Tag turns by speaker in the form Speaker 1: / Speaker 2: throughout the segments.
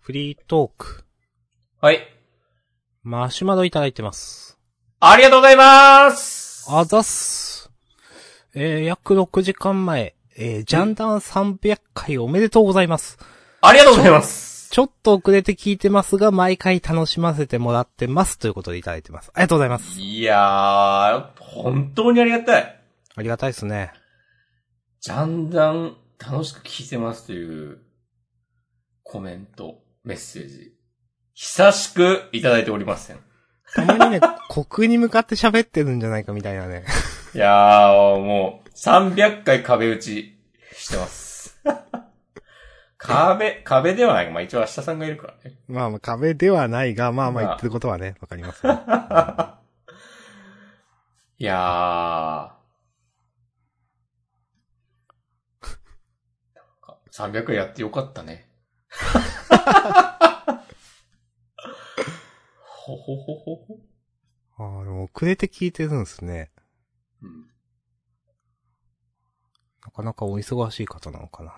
Speaker 1: フリートーク。
Speaker 2: はい。
Speaker 1: マシュマロいただいてます。
Speaker 2: ありがとうございます
Speaker 1: あざっす。えー、約6時間前、えー、ジャンダン300回おめでとうございます。
Speaker 2: ありがとうございます
Speaker 1: ちょっと遅れて聞いてますが、毎回楽しませてもらってます。ということでいただいてます。ありがとうございます。
Speaker 2: いやー、本当にありがたい。
Speaker 1: ありがたいですね。
Speaker 2: じゃんだん楽しく聞いてますというコメント、メッセージ。久しくいただいておりません。
Speaker 1: たまにね、国に向かって喋ってるんじゃないかみたいなね。
Speaker 2: いやー、もう、300回壁打ちしてます。 壁、壁ではない。まあ一応明日さんがいるからね。
Speaker 1: まあまあ壁ではないが、まあまあ
Speaker 2: まあ
Speaker 1: 言ってることはね、わかります、ね。
Speaker 2: いやー。なんか、300やってよかったね。ほほほほほ。
Speaker 1: あーでも遅れて聞いてるんですね。
Speaker 2: うん
Speaker 1: なかなかお忙しい方なのかな。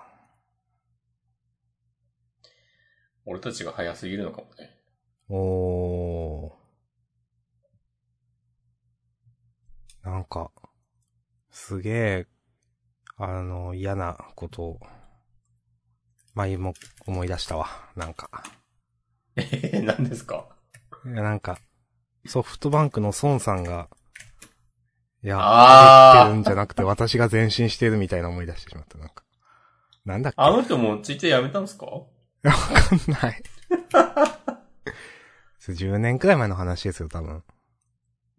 Speaker 2: 俺たちが早すぎるのかもね。
Speaker 1: おー。なんか、すげえ、あの、嫌なことを、前も思い出したわ。なんか。
Speaker 2: えー、何ですか
Speaker 1: いやなんか、ソフトバンクの孫さんが、いや、
Speaker 2: あー
Speaker 1: 入ってるんじゃなくて私が前進してるみたいな思い出してしまった。なんか。なんだっけ
Speaker 2: あの人もツイッターやめたんですか
Speaker 1: いやわかん ない。 それ10年くらい前の話ですよ、多分。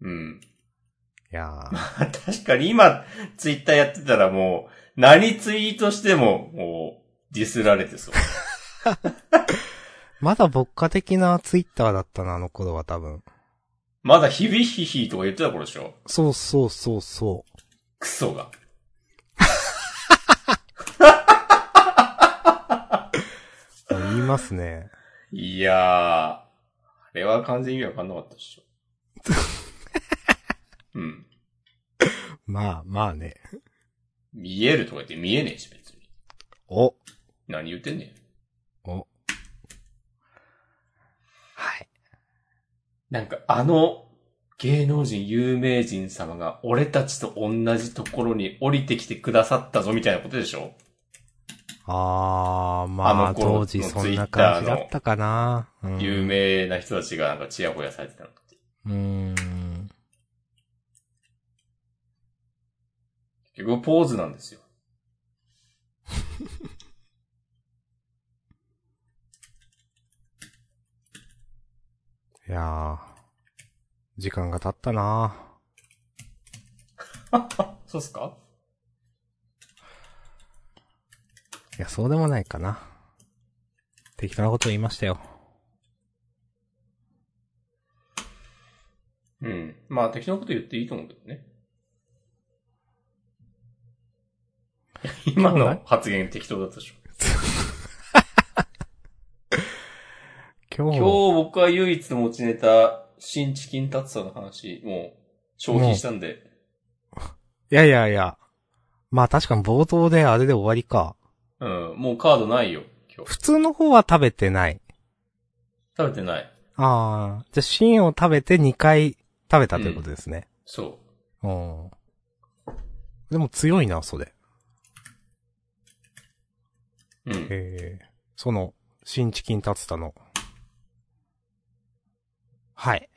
Speaker 2: うん。
Speaker 1: いやー。
Speaker 2: 確かに今、ツイッターやってたらもう、何ツイートしても、もう、ディスられてそう。
Speaker 1: まだ牧歌的なツイッターだったな、あの頃は多分。
Speaker 2: まだヒビヒヒとか言ってた頃でしょ
Speaker 1: そうそうそうそ
Speaker 2: クソが。
Speaker 1: う。言いますね。
Speaker 2: いやー、あれは完全に意味わかんなかったでしょ。 うん。
Speaker 1: まあまあね。
Speaker 2: 見えるとか言って見えねえし、別に。
Speaker 1: お、
Speaker 2: 何言ってんねん。
Speaker 1: お。はい。
Speaker 2: なんか、あの、芸能人、有名人様が、俺たちと同じところに降りてきてくださったぞ、みたいなことでしょ
Speaker 1: あー、まあ、
Speaker 2: あの頃の
Speaker 1: 当時そんな感じだったかな。うん
Speaker 2: 有。名な人たちがなんかチヤホヤされてたのって。
Speaker 1: うーん。
Speaker 2: 結局ポーズなんですよ。
Speaker 1: いやー。時間が経ったな
Speaker 2: そうっすか
Speaker 1: いや、そうでもないかな。適当なこと言いましたよ。
Speaker 2: うん。まあ、適当なこと言っていいと思うけどね。 今の発言適当だったでしょ。
Speaker 1: 今日、
Speaker 2: 今日僕は唯一の持ちネタ、新チキンタツタの話、もう、消費したんで。
Speaker 1: いやいやいや。まあ確かに冒頭であれで終わりか。
Speaker 2: うん、もうカードないよ、今日。
Speaker 1: 普通の方は食べてない。
Speaker 2: 食べてない。
Speaker 1: ああ、じゃあ芯を食べて2回食べたということですね。
Speaker 2: そ
Speaker 1: うん。でも強いな、それ。
Speaker 2: う。うん。
Speaker 1: ええその、新チキンタツタの。はい。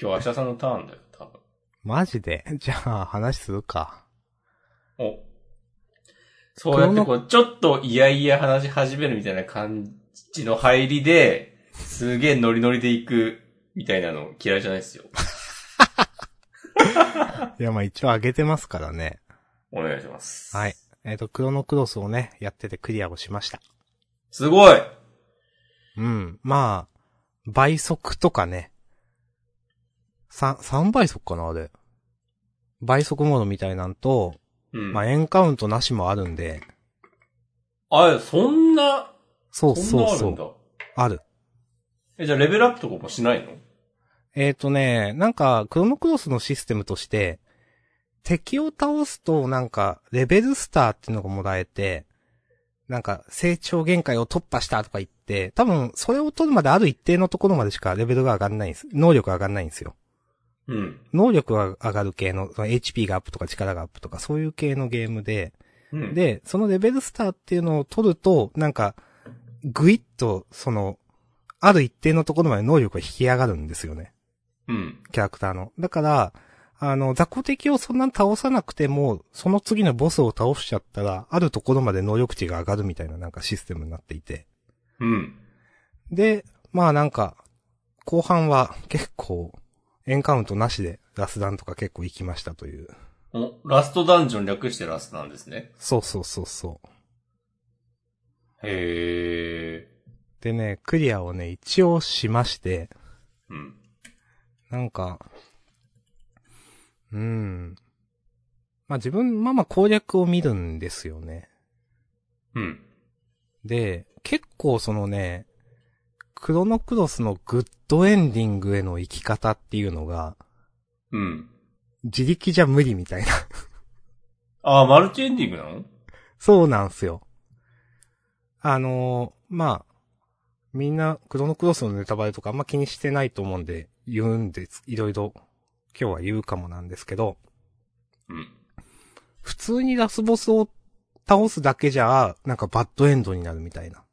Speaker 2: 今日、アシャさんのターンだよ、多分。
Speaker 1: マジで。 じゃあ、話するか。
Speaker 2: お。そうやってこう、ちょっといやいや話し始めるみたいな感じの入りで、すげえノリノリで行く、みたいなの嫌いじゃないですよ。
Speaker 1: いや、まあ一応上げてますからね。
Speaker 2: お願いします。
Speaker 1: はい。。えっ、と、クロノクロスをね、やっててクリアをしました。
Speaker 2: すごい
Speaker 1: うん。まあ、倍速とかね。三、三倍速かな、あれ。倍速モードみたいなんと、
Speaker 2: うん。
Speaker 1: まあ、
Speaker 2: あ、
Speaker 1: エンカウントなしもあるんで、
Speaker 2: そんな、
Speaker 1: そう
Speaker 2: そん
Speaker 1: そう
Speaker 2: なある
Speaker 1: そ
Speaker 2: んだ
Speaker 1: う。。ある。
Speaker 2: え、じゃあレベルアップとかもしないの
Speaker 1: えっ、とね、なんか、クロノクロスのシステムとして、敵を倒すと、なんか、レベルスターっていうのがもらえて、なんか、成長限界を突破したとか言って、多分、それを取るまである一定のところまでしかレベルが上がんないんです。能力が上がんないんですよ。
Speaker 2: うん。
Speaker 1: 能力が上がる系の、その HP がアップとか力がアップとか、そういう系のゲームで、
Speaker 2: うん。、
Speaker 1: で、そのレベルスターっていうのを取ると、なんか、ぐいっと、その、ある一定のところまで能力が引き上がるんですよね。
Speaker 2: うん。
Speaker 1: キャラクターの。だから、あの、雑魚敵をそんなに倒さなくても、その次のボスを倒しちゃったら、あるところまで能力値が上がるみたいななんかシステムになっていて。
Speaker 2: うん。
Speaker 1: で、まあなんか、後半は結構、エンカウントなしでラスダンとか結構行きましたという。
Speaker 2: お、ラストダンジョン略してラストなんですね。
Speaker 1: そうそうそうそう。
Speaker 2: へ
Speaker 1: でね、クリアをね、一応しまして、
Speaker 2: ー。うん。
Speaker 1: なんか、うん。まあ自分、まあまあ攻略を見るんですよね。
Speaker 2: うん。
Speaker 1: で、結構そのね、クロノクロスのグッドエンディングへの生き方っていうのが、
Speaker 2: うん。
Speaker 1: 自力じゃ無理みたいな。
Speaker 2: あー、マルチエンディングなの
Speaker 1: そうなんすよ。あのーまあ、みんな、クロノクロスのネタバレとかあんま気にしてないと思うんで、言うんです。いろいろ、今日は言うかもなんですけど、
Speaker 2: うん。
Speaker 1: 普通にラスボスを倒すだけじゃ、なんかバッドエンドになるみたいな。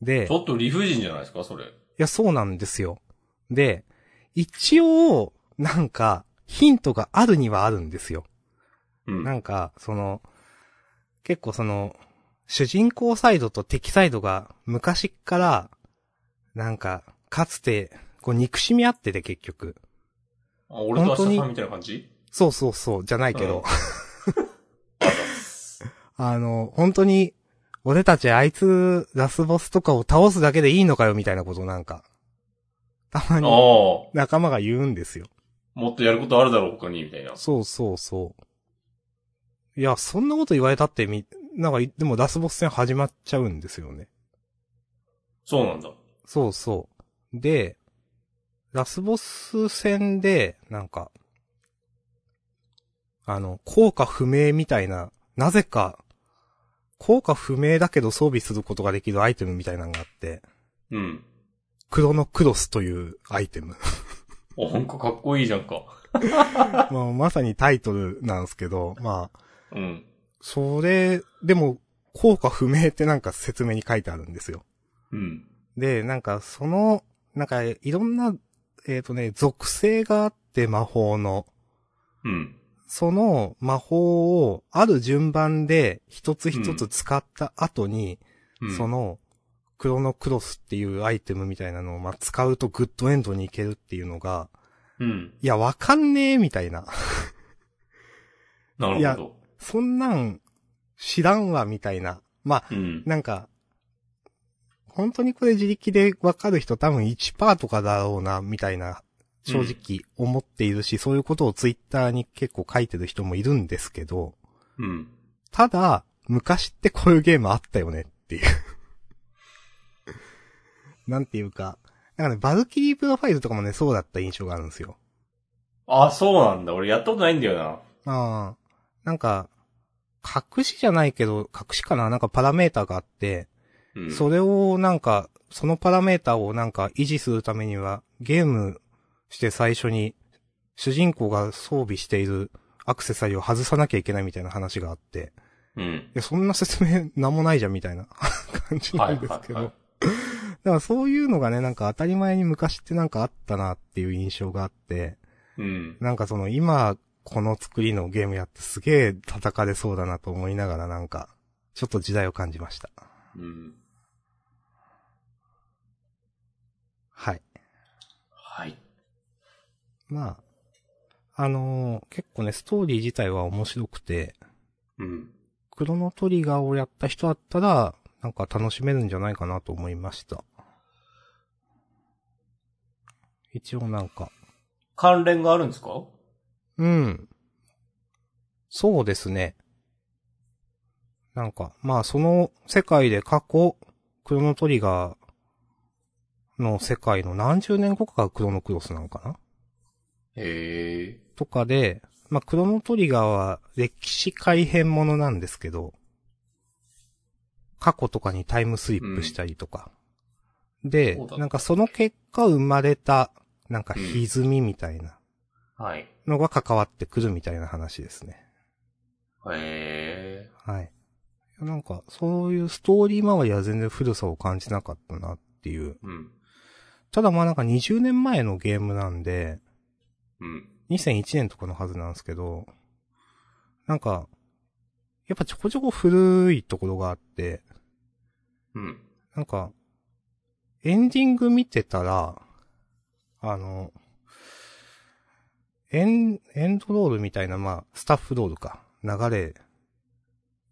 Speaker 1: で、
Speaker 2: ちょっと理不尽じゃないですか、それ。
Speaker 1: いや、そうなんですよ。で、一応、なんか、ヒントがあるにはあるんですよ。
Speaker 2: うん。
Speaker 1: なんか、その、結構その、主人公サイドと敵サイドが昔っから、なんか、かつて、こう憎しみ合ってて結局。
Speaker 2: あ俺と明
Speaker 1: 本
Speaker 2: 日
Speaker 1: 当
Speaker 2: さん
Speaker 1: に
Speaker 2: みたいな感じ
Speaker 1: そうそうそう、じゃないけど。
Speaker 2: うん
Speaker 1: あの、本当に、俺たちあいつ、ラスボスとかを倒すだけでいいのかよ、みたいなことをなんか、たま
Speaker 2: ああ、
Speaker 1: に
Speaker 2: も
Speaker 1: 仲間が言うんですよ。
Speaker 2: っとやることあるだろう、他に、みたいな。
Speaker 1: そうそうそう。いや、そんなこと言われたってみ、なんかい、でもラスボス戦始まっちゃうんですよね。
Speaker 2: そうなんだ。
Speaker 1: そうそう。で、ラスボス戦で、なんか、あの、効果不明みたいな、なぜか、効果不明だけど装備することができるアイテムみたいなのがあって、
Speaker 2: うん。
Speaker 1: クロノクロスというアイテム。
Speaker 2: お、ほんかかっこいいじゃんか。
Speaker 1: まあ、まさにタイトルなんですけど、まあ、
Speaker 2: うん。
Speaker 1: それ、でも、効果不明ってなんか説明に書いてあるんですよ。
Speaker 2: うん。
Speaker 1: で、なんかその、なんかいろんな、えっ、とね、属性があって魔法の、
Speaker 2: うん。
Speaker 1: その魔法をある順番で一つ一つ使った後に、
Speaker 2: うん、
Speaker 1: そ、の、クロノクロスっていうアイテムみたいなのを、まあ、使うとグッドエンドに行けるっていうのが、
Speaker 2: うん。
Speaker 1: いや、わかんねえ、みたいな。
Speaker 2: なるほど。
Speaker 1: そんなん、知らんわ、みたいな。まあ、
Speaker 2: うん。
Speaker 1: なんか、本当にこれ自力でわかる人多分1%とかだろうな、みたいな、正直思っているし、そういうことをツイッターに結構書いてる人もいるんですけど、
Speaker 2: うん。
Speaker 1: ただ、昔ってこういうゲームあったよねっていう。 なんていうか、なんかね、バルキリープロファイルとかもね、そうだった印象があるんですよ。
Speaker 2: あ、そうなんだ。俺やったことないんだよな。
Speaker 1: ああ、なんか、隠しじゃないけど、隠しかななんかパラメーターがあって、
Speaker 2: うん。
Speaker 1: それをなんか、そのパラメータをなんか維持するためには、ゲームして最初に、主人公が装備しているアクセサリーを外さなきゃいけないみたいな話があって、
Speaker 2: うん。
Speaker 1: いや、そんな説明なんもないじゃんみたいな 感じなんですけど。
Speaker 2: はいはいはい
Speaker 1: だからそういうのがね、なんか当たり前に昔ってなんかあったなっていう印象があって、
Speaker 2: うん。
Speaker 1: なんかその今、この作りのゲームやってすげえ叩かれそうだなと思いながらなんか、ちょっと時代を感じました。
Speaker 2: うん。
Speaker 1: はい。
Speaker 2: はい。
Speaker 1: まあ、あのー結構ね、ストーリー自体は面白くて、
Speaker 2: うん。
Speaker 1: クロノトリガーをやった人だったら、なんか楽しめるんじゃないかなと思いました。一応なんか、
Speaker 2: 関連があるんですか
Speaker 1: うん。そうですね。なんか、まあその世界で過去、クロノトリガーの世界の何十年後かがクロノクロスなのかな
Speaker 2: へえ。
Speaker 1: とかで、まあ、クロノトリガーは歴史改変ものなんですけど、過去とかにタイムスリップしたりとか。で
Speaker 2: そうだ、
Speaker 1: なんかその結果生まれた、なんか歪みみたいな
Speaker 2: はい。
Speaker 1: のが関わってくるみたいな話ですね。
Speaker 2: へえ。
Speaker 1: はい。なんか、そういうストーリー周りは全然古さを感じなかったなっていう。
Speaker 2: うん。
Speaker 1: ただまあなんか20年前のゲームなんで、
Speaker 2: うん。
Speaker 1: 2001年とかのはずなんですけど、なんか、やっぱちょこちょこ古いところがあって、
Speaker 2: うん。
Speaker 1: なんか、エンディング見てたら、あの、エン、エンドロールみたいな、まあ、スタッフロールか、流れ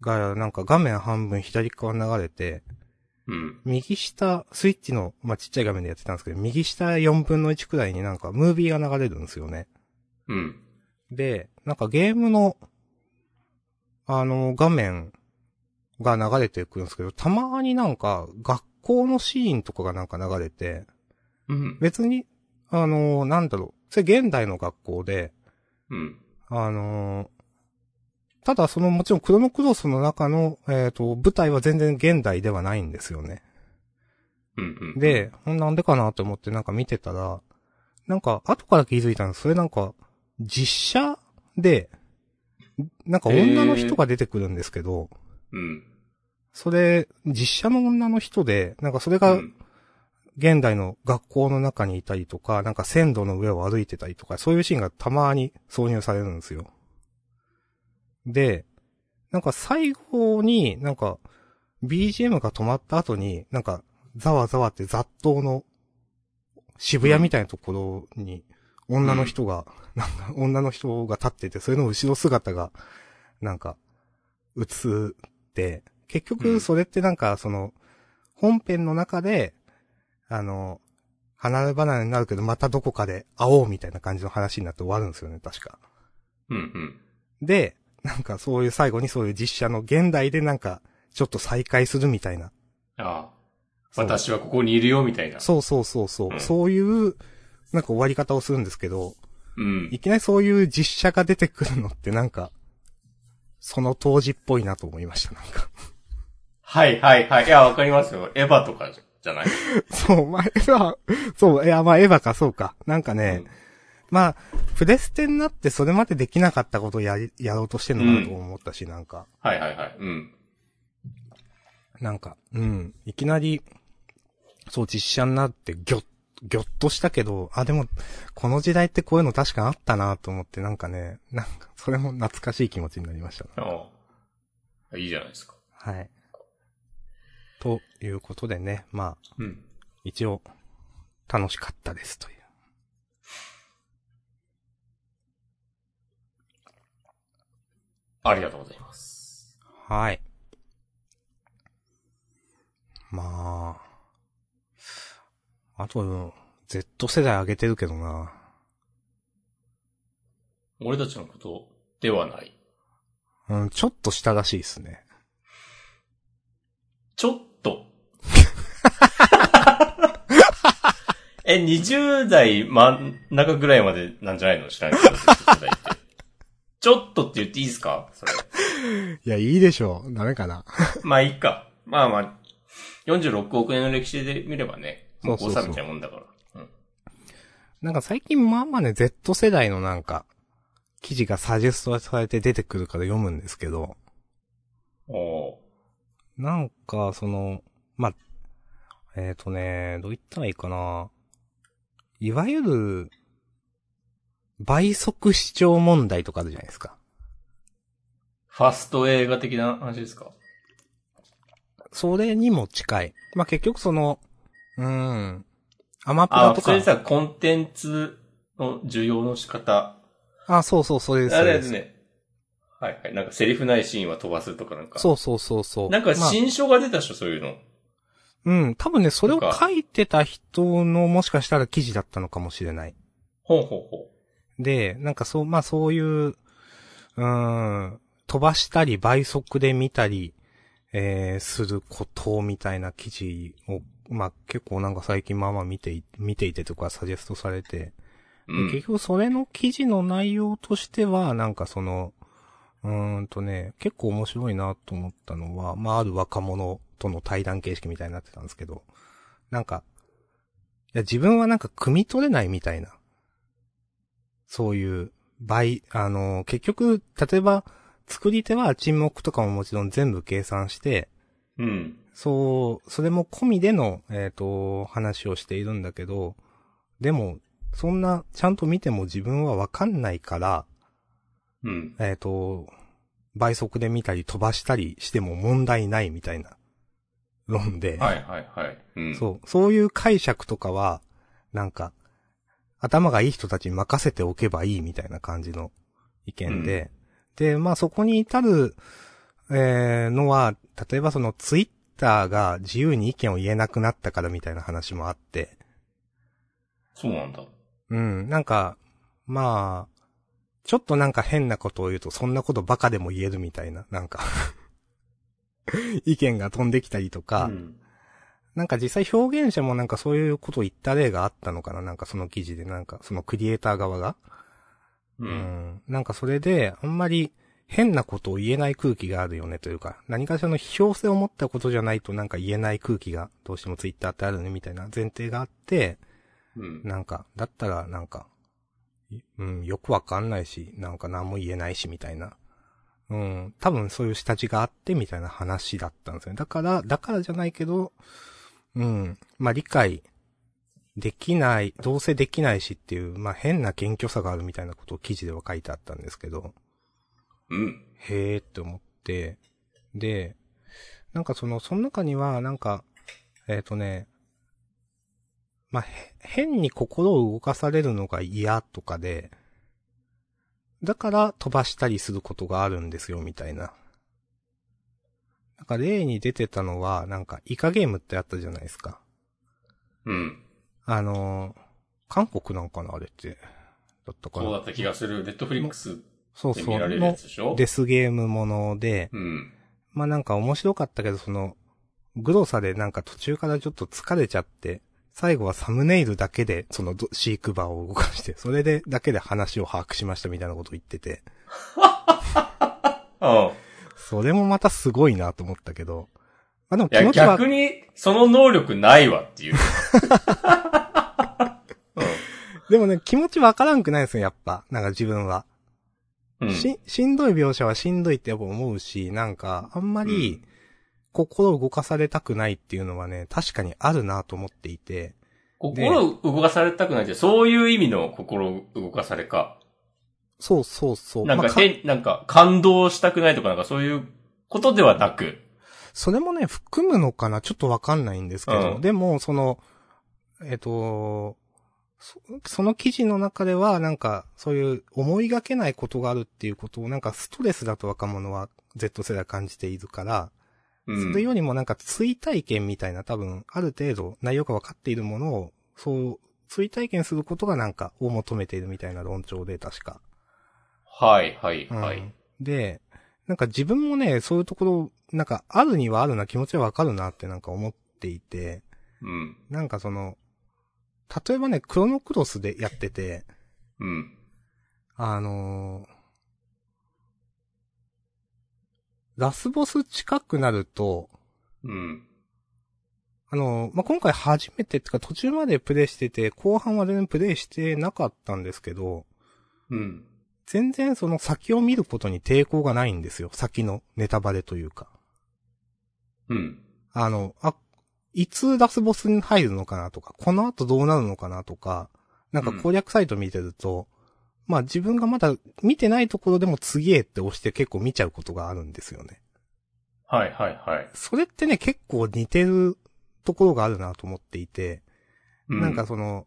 Speaker 1: が、なんか画面半分左側に流れて、
Speaker 2: うん。
Speaker 1: 右下、スイッチの、まあ、ちっちゃい画面でやってたんですけど、右下4分の1くらいになんか、ムービーが流れるんですよね。
Speaker 2: うん。
Speaker 1: で、なんかゲームの、あの、画面が流れてくるんですけど、たまになんか学校のシーンとかがなんか流れて、
Speaker 2: うん。
Speaker 1: 別に、あの、なんだろう、それ現代の学校で、
Speaker 2: うん。
Speaker 1: あの、ただそのもちろんクロノクロスの中の、えっ、と、舞台は全然現代ではないんですよね。
Speaker 2: うん。
Speaker 1: で、なんでかなと思ってなんか見てたら、なんか後から気づいたんです。それなんか、実写で、なんか女の人が出てくるんですけど、
Speaker 2: うん。
Speaker 1: それ、実写の女の人で、なんかそれ
Speaker 2: う
Speaker 1: が
Speaker 2: ん。
Speaker 1: 現代の学校の中にいたりとか、なんか線路の上を歩いてたりとか、そういうシーンがたまに挿入されるんですよ。で、なんか最後になんか BGM が止まった後に、なんかざわざわって雑踏の渋谷みたいなところに女の人が、なんか女の人が立ってて、それの後ろ姿がなんか映って、結
Speaker 2: う
Speaker 1: 局
Speaker 2: ん
Speaker 1: それってなんかその本編の中で、あの、離れ離れになるけど、またどこかで会おうみたいな感じの話になって終わるんですよね、確か。
Speaker 2: うん。
Speaker 1: で、なんかそういう最後にそういう実写の現代でなんか、ちょっと再会するみたいな。
Speaker 2: ああ。私はここにいるよ、みたいな。
Speaker 1: そうそうそうそう。
Speaker 2: うん
Speaker 1: そういう、なんか終わり方をするんですけど、
Speaker 2: うん
Speaker 1: い。きなりそういう実写が出てくるのってなんか、その当時っぽいなと思いました、なんか。
Speaker 2: はいはいはい。いや、わかりますよ。エヴァとかじゃない。
Speaker 1: そう、まあ、エヴァ、そう、いや、まあ、エヴァか、そうか。なんかね、まあ、プレステになってそれまでできなかったことをやり、やろうとしてんのかなと思ったし、なんか。
Speaker 2: はいはいはい。うん。
Speaker 1: なんか、うん。いきなり、そう、実写になって、ぎょっ、ぎょっとしたけど、あ、でも、この時代ってこういうの確かあったなと思って、なんかね、なんか、それも懐かしい気持ちになりましたな。
Speaker 2: ああ。いいじゃないですか。
Speaker 1: はい。ということでね、まあ、
Speaker 2: うん。
Speaker 1: 一応、楽しかったです、という。
Speaker 2: ありがとうございます。
Speaker 1: はい。まあ、あと、Z 世代上げてるけどな。
Speaker 2: 俺たちのことではない。
Speaker 1: うん、ちょっと下らしいですね。
Speaker 2: ちょっと。 え、20代真ん中ぐらいまでなんじゃないの知らないけど、20代ってちょっとって言っていいですかそれ。
Speaker 1: いや、いいでしょう。ダメかな。
Speaker 2: まあいいか。まあまあ、46億年の歴史で見ればね、もう
Speaker 1: そうそうそう
Speaker 2: 5みたいなもんだから。うん
Speaker 1: なんか最近まあまあね、Z 世代のなんか、記事がサジェストされて出てくるから読むんですけど、
Speaker 2: お
Speaker 1: なんか、その、まあ、えっ、ー、とね、どう言ったらいいかな。いわゆる、倍速視聴問題とかあるじゃないですか。
Speaker 2: ファスト映画的な話ですか
Speaker 1: それにも近い。まあ、結局その、うーん、アマプラ
Speaker 2: あ、
Speaker 1: と
Speaker 2: そ
Speaker 1: か
Speaker 2: れ。さ、コンテンツの需要の仕方。
Speaker 1: あ、そうそう、それです。
Speaker 2: あ
Speaker 1: そ
Speaker 2: れ
Speaker 1: れ
Speaker 2: で
Speaker 1: ですす
Speaker 2: ね。はいはい。なんかセリフないシーンは飛ばすとかなんか。
Speaker 1: そうそうそうそう。
Speaker 2: なんか
Speaker 1: まあ
Speaker 2: 新書が出たっしょ、そういうの。
Speaker 1: うん、多分ね、それを書いてた人のもしかしたら記事だったのかもしれない。
Speaker 2: ほうほうほ
Speaker 1: で、なんかそう、まあそういう、うーん、飛ばしたり倍速で見たり、えー、することみたいな記事を、まあ結構なんか最近まあまあ見てい、見ていてとかサジェストされて、
Speaker 2: う。うん。
Speaker 1: 結局それの記事の内容としては、なんかその、うーんとね、結構面白いなと思ったのは、まあある若者との対談形式みたいになってたんですけど、なんか、いや自分はなんか汲み取れないみたいな。そういう、倍、あの、結局、例えば、作り手は沈黙とかももちろん全部計算して、
Speaker 2: うん。
Speaker 1: そう、それも込みでの、えっ、と、話をしているんだけど、でも、そんな、ちゃんと見ても自分はわかんないから、
Speaker 2: うん。
Speaker 1: えっ、と、倍速で見たり飛ばしたりしても問題ないみたいな論で、
Speaker 2: はいはいはい。うん。
Speaker 1: そう、そういう解釈とかは、なんか、頭がいい人たちに任せておけばいいみたいな感じの意見で、で、まあそこに至る、えーのは、例えばそのツイッターが自由に意見を言えなくなったからみたいな話もあって、
Speaker 2: そうなんだ。
Speaker 1: うん、なんか、まあ、ちょっとなんか変なことを言うと、そんなことバカでも言えるみたいな、なんか、 意見が飛んできたりとか、
Speaker 2: うん。
Speaker 1: なんか実際表現者もなんかそういうことを言った例があったのかななんかその記事で、なんかそのクリエイター側が。
Speaker 2: う。
Speaker 1: うんん。なんかそれで、あんまり変なことを言えない空気があるよねというか、何かしらの批評性を持ったことじゃないとなんか言えない空気がどうしてもツイッターってあるねみたいな前提があって、
Speaker 2: うん。
Speaker 1: なんか、だったらなんか、いうん、よくわかんないし、なんか何も言えないしみたいな。うん、多分そういう下地があってみたいな話だったんですよね。だから、だからじゃないけど、うん、まあ理解できない、どうせできないしっていう、まあ変な謙虚さがあるみたいなことを記事では書いてあったんですけど、
Speaker 2: うん。
Speaker 1: へーって思って、で、なんかその、その中には、なんか、えっ、とね、まあ、へ変に心を動かされるのが嫌とかで、だから飛ばしたりすることがあるんですよ、みたいな。なんか例に出てたのは、なんか、イカゲームってあったじゃないですか。
Speaker 2: うん。
Speaker 1: あのー韓国なんかな、あれって。だったか
Speaker 2: そう
Speaker 1: な。
Speaker 2: だった気がする。ネットフリックス
Speaker 1: そう
Speaker 2: で
Speaker 1: そう。
Speaker 2: 見られるや
Speaker 1: の
Speaker 2: つでしょ
Speaker 1: デスゲームもので、
Speaker 2: うん。
Speaker 1: まあなんか面白かったけど、その、グロさでなんか途中からちょっと疲れちゃって、最後はサムネイルだけで、そのど飼育バーを動かして、それで、だけで話を把握しましたみたいなことを言ってて、
Speaker 2: ああ。
Speaker 1: それもまたすごいなと思ったけど、まあでも
Speaker 2: い
Speaker 1: 気
Speaker 2: や、
Speaker 1: 持ちは
Speaker 2: 逆、に、その能力ないわっていう。
Speaker 1: でもね、気持ちわからんくないですよ、やっぱ。なんか自分は。
Speaker 2: うん。
Speaker 1: し、しんどい描写はしんどいってやっぱ思うし、なんか、あんま
Speaker 2: う
Speaker 1: り
Speaker 2: ん、
Speaker 1: 心を動かされたくないっていうのはね、確かにあるなと思っていて、
Speaker 2: 心を動かされたくないって、そういう意味の心を動かされか。
Speaker 1: そうそうそう。
Speaker 2: なん
Speaker 1: ま
Speaker 2: か、
Speaker 1: あか
Speaker 2: 変、なんか、感動したくないとか、なんかそういうことではなく。
Speaker 1: それもね、含むのかなちょっとわかんないんですけど、
Speaker 2: うん
Speaker 1: でも、その、えっ、とそ、その記事の中では、なんか、そういう思いがけないことがあるっていうことを、なんかストレスだと若者は Z 世代感じているから、
Speaker 2: う
Speaker 1: それ
Speaker 2: ん。
Speaker 1: よりもなんか追体験みたいな多分、ある程度内容がわかっているものを、そう、追体験することがなんか、を求めているみたいな論調で、確か。
Speaker 2: はい、はい、
Speaker 1: うん
Speaker 2: はい。
Speaker 1: で、なんか自分もね、そういうところ、なんかあるにはあるな気持ちはわかるなってなんか思っていて、
Speaker 2: うん。
Speaker 1: なんかその、例えばね、クロノクロスでやってて、
Speaker 2: うん。
Speaker 1: あのーラスボス近くなると、
Speaker 2: うん。
Speaker 1: あのーまあ、今回初めてってか途中までプレイしてて、後半は全然プレイしてなかったんですけど、
Speaker 2: うん。
Speaker 1: 全然その先を見ることに抵抗がないんですよ。先のネタバレというか。
Speaker 2: うん。
Speaker 1: あの、あ、いつラスボスに入るのかなとか、この後どうなるのかなとか、なんか攻略サイト見てると、まあ自分がまだ見てないところでも次へって押して結構見ちゃうことがあるんですよね。
Speaker 2: はい、はい、はい。
Speaker 1: それってね、結構似てるところがあるなと思っていて、
Speaker 2: う
Speaker 1: なんか、その、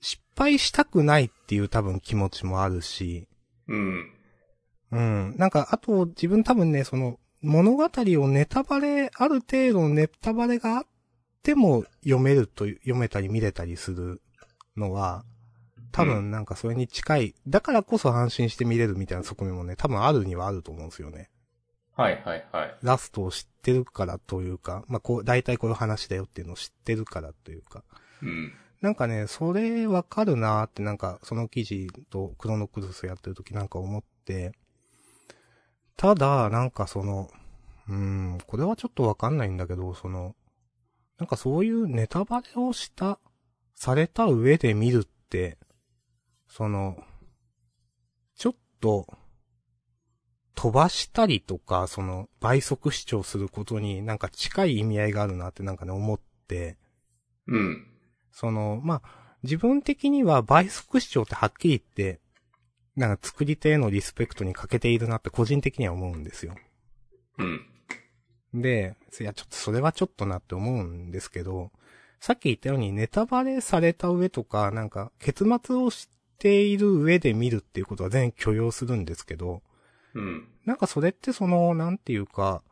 Speaker 1: 失敗したくないっていう多分気持ちもあるし、
Speaker 2: うん。
Speaker 1: うん。なんか、あと、自分多分ね、その、物語をネタバレ、ある程度のネタバレがあっても読めるという、読めたり見れたりするのは、多分なんかそれに近い、だからこそ安心して見れるみたいな側面もね、多分あるにはあると思うんですよね。
Speaker 2: はい、はい、はい。
Speaker 1: ラストを知ってるからというか、まあ、こう、大体こういう話だよっていうのを知ってるからというか。
Speaker 2: うん。
Speaker 1: なんかね、それわかるなーってなんか、その記事とクロノクロスやってる時なんか思って、ただ、なんかその、ううーん、これはちょっとわかんないんだけど、その、なんかそういうネタバレをした、された上で見るって、その、ちょっと、飛ばしたりとか、その、倍速視聴することになんか近い意味合いがあるなってなんかね、思って、
Speaker 2: うん。
Speaker 1: その、まあ、自分的には倍速視聴ってはっきり言って、なんか作り手へのリスペクトに欠けているなって個人的には思うんですよ。
Speaker 2: うん。
Speaker 1: で、いや、ちょっとそれはちょっとなって思うんですけど、さっき言ったようにネタバレされた上とか、なんか結末を知っている上で見るっていうことは全然許容するんですけど、
Speaker 2: うん。
Speaker 1: なんかそれってその、なんていうか、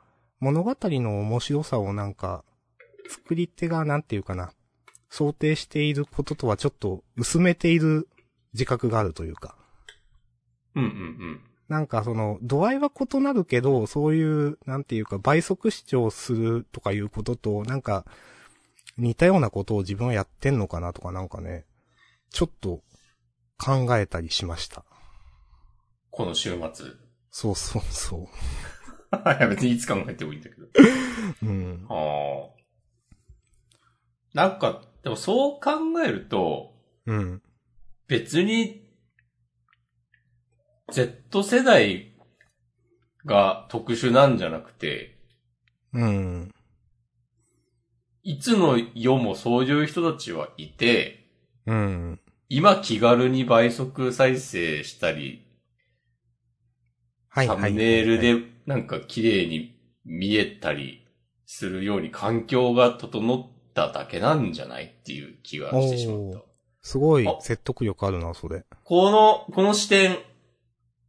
Speaker 1: 物語の面白さをなんか、作り手がなんていうかな、想定していることとはちょっと薄めている自覚があるというか。
Speaker 2: うん。うん。
Speaker 1: なんかその、度合いは異なるけど、そういう、なんていうか、倍速視聴するとかいうことと、なんか、似たようなことを自分はやってんのかなとかなんかね、ちょっと、考えたりしました。
Speaker 2: この週末。
Speaker 1: そうそうそ
Speaker 2: いや、別にいつ考えてもいいんだけど。
Speaker 1: う。うん。
Speaker 2: ああ。なんか、でもそう考えると、
Speaker 1: うん。
Speaker 2: 別に、Z 世代が特殊なんじゃなくて、
Speaker 1: うん。
Speaker 2: いつの世もそういう人たちはいて、
Speaker 1: うん。
Speaker 2: 今気軽に倍速再生したり、
Speaker 1: はい
Speaker 2: サ
Speaker 1: はいはい。
Speaker 2: ムネイル。でなんか綺麗に見えたりするように環境が整っただけなんじゃないっていう気がしてしまっ
Speaker 1: お
Speaker 2: た
Speaker 1: ー。すごい
Speaker 2: あ
Speaker 1: 説得力あるな、それ。
Speaker 2: この、この視点、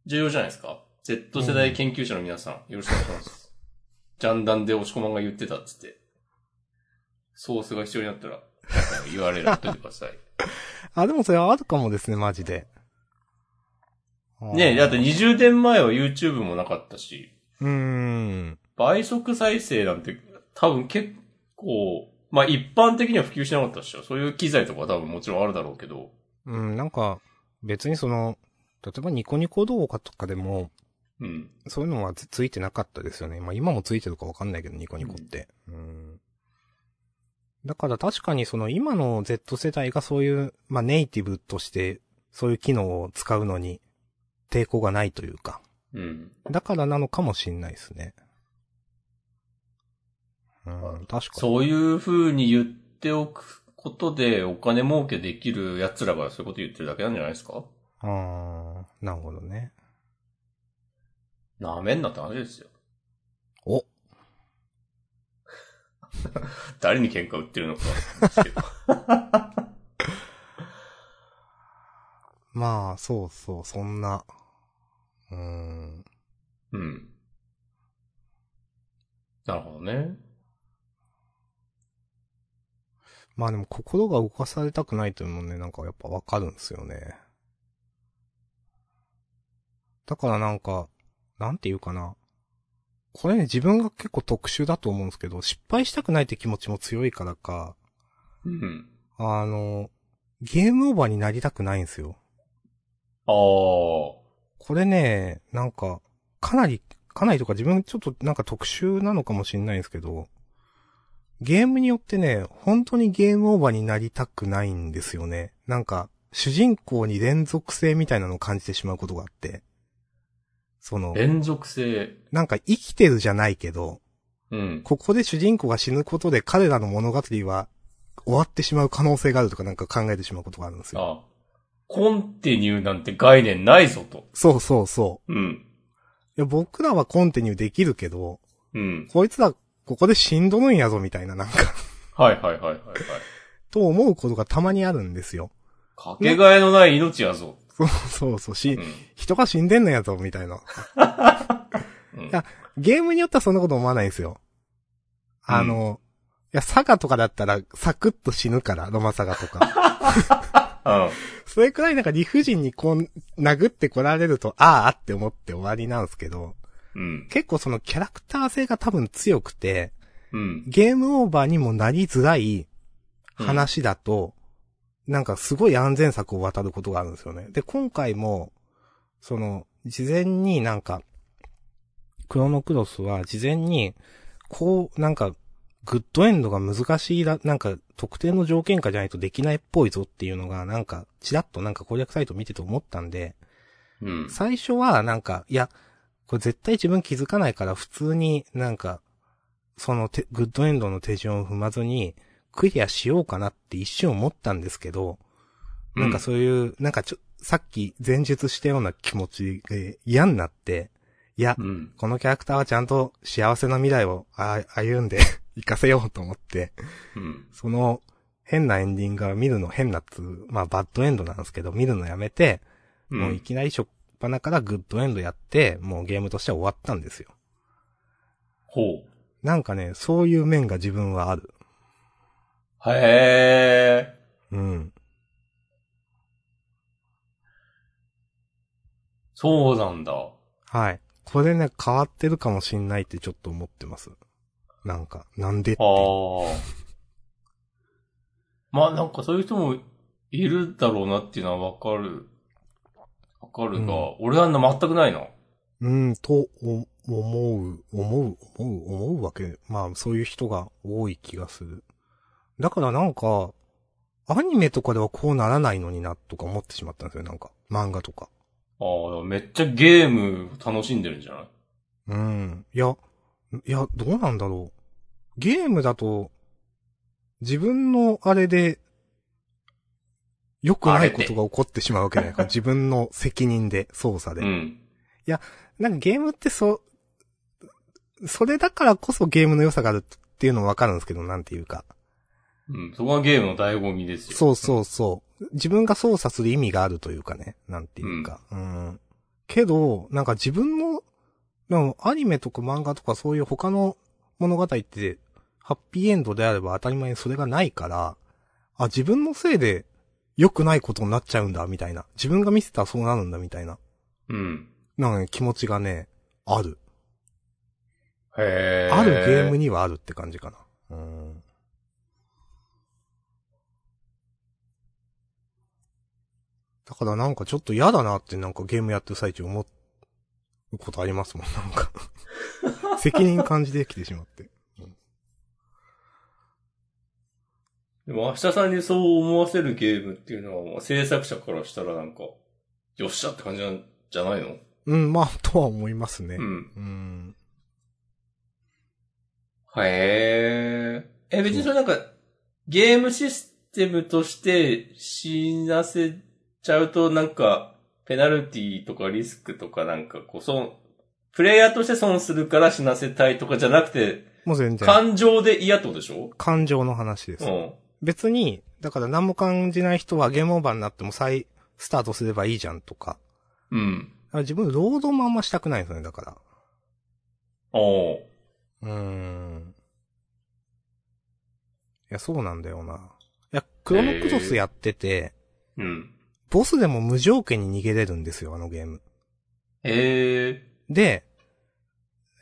Speaker 2: 重要じゃないですか ?Z 世代研究者の皆さん、よろしくお願いします。ジャンダンで押し込まんが言ってたっつって。ソースが必要になったら、言われるといて ください。
Speaker 1: あ、でもそれあるかもですね、マジで。
Speaker 2: ねえ、だってて20年前は YouTube もなかったし、
Speaker 1: うーん。
Speaker 2: 倍速再生なんて多分結構、まあ一般的には普及しなかったっしょ。そういう機材とかは多分もちろんあるだろうけど。
Speaker 1: うん、なんか、別にその、例えばニコニコ動画とかでも、
Speaker 2: うん。
Speaker 1: そういうのはつついてなかったですよね。まあ今もついてるかわかんないけど、ニコニコって。うん。だから確かにその今の Z 世代がそういう、まあネイティブとして、そういう機能を使うのに抵抗がないというか。
Speaker 2: うん。
Speaker 1: だからなのかもしんないですね。うん、確かに。
Speaker 2: そういう風に言っておくことでお金儲けできる奴らがそういうこと言ってるだけなんじゃないですか
Speaker 1: ああ、なるほどね。
Speaker 2: なめんなって話ですよ。
Speaker 1: お
Speaker 2: 誰に喧嘩売ってるのかですけど。
Speaker 1: まあ、そうそう、そんな。うん。
Speaker 2: うん。なるほどね。
Speaker 1: まあでも心が動かされたくないというのもね、なんかやっぱわかるんですよね。だからなんか、なんていうかな。これね、自分が結構特殊だと思うんですけど、失敗したくないって気持ちも強いからか、
Speaker 2: うん。
Speaker 1: あの、ゲームオーバーになりたくないんですよ。
Speaker 2: ああ。
Speaker 1: これね、なんか、かなり、かなりとか自分ちょっとなんか特殊なのかもしれないんですけど、ゲームによってね、本当にゲームオーバーになりたくないんですよね。なんか、主人公に連続性みたいなのを感じてしまうことがあって。その、
Speaker 2: 連続性。
Speaker 1: なんか生きてるじゃないけど、
Speaker 2: うん。
Speaker 1: ここで主人公が死ぬことで彼らの物語は終わってしまう可能性があるとかなんか考えてしまうことがあるんですよ。
Speaker 2: あコンティニューなんて概念ないぞと。
Speaker 1: そうそうそう。
Speaker 2: うん。
Speaker 1: いや僕らはコンティニューできるけど、
Speaker 2: うん。
Speaker 1: こいつら、ここで死んどるんやぞ、みたいな、なん か、
Speaker 2: はいはいはいはいはい。
Speaker 1: と思うことがたまにあるんですよ。
Speaker 2: かけがえのない命やぞ。
Speaker 1: そうそうそう、
Speaker 2: う
Speaker 1: し、
Speaker 2: ん。
Speaker 1: 人が死んでんのやぞ、みたいな。
Speaker 2: うん
Speaker 1: いやゲームによってはそんなこと思わないんですよ。あの、いや、サガとかだったら、サクッと死ぬから、ロマサガとか。
Speaker 2: うん。
Speaker 1: それくらいなんか理不尽にこう、殴ってこられると、あーあって思って終わりなんですけど、
Speaker 2: うん。
Speaker 1: 結構そのキャラクター性が多分強くて、
Speaker 2: うん。
Speaker 1: ゲームオーバーにもなりづらい話だと、なんかすごい安全策を渡ることがあるんですよね。で、今回も、その、事前になんか、クロノクロスは事前に、こう、なんか、グッドエンドが難しいだ、なんか、特定の条件下じゃないとできないっぽいぞっていうのが、なんか、ちらっとなんか攻略サイト見てて思ったんで、
Speaker 2: うん。
Speaker 1: 最初はなんか、いや、これ絶対自分気づかないから普通になんか、そのてグッドエンドの手順を踏まずに、クリアしようかなって一瞬思ったんですけど、なんかそういう、なんかちょ、さっき前述したような気持ちで嫌になって、いや、
Speaker 2: うん。
Speaker 1: このキャラクターはちゃんと幸せな未来をあ歩んで 行かせようと思って、
Speaker 2: うん。
Speaker 1: その変なエンディングは見るの変なっつう、まあバッドエンドなんですけど、見るのやめて、
Speaker 2: うん。
Speaker 1: もういきなり初っ端からグッドエンドやって、もうゲームとしては終わったんですよ。
Speaker 2: ほう。
Speaker 1: なんかね、そういう面が自分はある。
Speaker 2: へえ。
Speaker 1: うん。
Speaker 2: そうなんだ。
Speaker 1: はい。これね、変わってるかもしんないってちょっと思ってます。なんか、なんでって
Speaker 2: あ。あ。まあなんかそういう人もいるだろうなっていうのはわかる。わかるが、
Speaker 1: うん
Speaker 2: 俺はな全くないな。
Speaker 1: うん、と、お思う、思う、思う、思うわけ。まあ、そういう人が多い気がする。だからなんか、アニメとかではこうならないのにな、とか思ってしまったんですよ、なんか。漫画とか。
Speaker 2: ああ、めっちゃゲーム楽しんでるんじゃない
Speaker 1: うん。いや、いや、どうなんだろう。ゲームだと、自分のあれで、良くないことが起こってしまうわけじゃないか。自分の責任で、操作で。
Speaker 2: うん。
Speaker 1: なんかゲームってそ、それだからこそゲームの良さがあるっていうのもわかるんですけど、なんていうか。
Speaker 2: うん。そこがゲームの醍醐味ですよ。
Speaker 1: そうそうそう。自分が操作する意味があるというかね、なんていうか。うん。けど、なんか自分の、でもアニメとか漫画とかそういう他の物語って、ハッピーエンドであれば当たり前にそれがないから、あ、自分のせいで良くないことになっちゃうんだ、みたいな。自分が見せたらそうなるんだ、みたいな。
Speaker 2: うん。
Speaker 1: なんかね、気持ちがね、ある。
Speaker 2: へえ。
Speaker 1: あるゲームにはあるって感じかな。うん。だからなんかちょっと嫌だなってなんかゲームやってる最中思うことありますもん、なん か。責任感じてきてしまって。
Speaker 2: でも、明日さんにそう思わせるゲームっていうのは、もう制作者からしたらなんか、よっしゃって感じなんじゃないの
Speaker 1: うん、まあ、とは思いますね
Speaker 2: う。ん。
Speaker 1: うん。
Speaker 2: へえ。え、別にそれなんか、ゲームシステムとして死なせちゃうとなんか、ペナルティとかリスクとかなんかこう、損、プレイヤーとして損するから死なせたいとかじゃなくて、
Speaker 1: もう全然。
Speaker 2: 感情で嫌ってことでしょ
Speaker 1: 感情の話です。
Speaker 2: うん。
Speaker 1: 別に、だから何も感じない人はゲームオーバーになっても再スタートすればいいじゃんとか。
Speaker 2: うん。
Speaker 1: だから自分、労働もあんましたくないんですよね、だから。
Speaker 2: おう
Speaker 1: うーん。いや、そうなんだよな。いや、クロノクロスやってて、
Speaker 2: うん。
Speaker 1: ボスでも無条件に逃げれるんですよ、あのゲーム。
Speaker 2: へえ。
Speaker 1: で、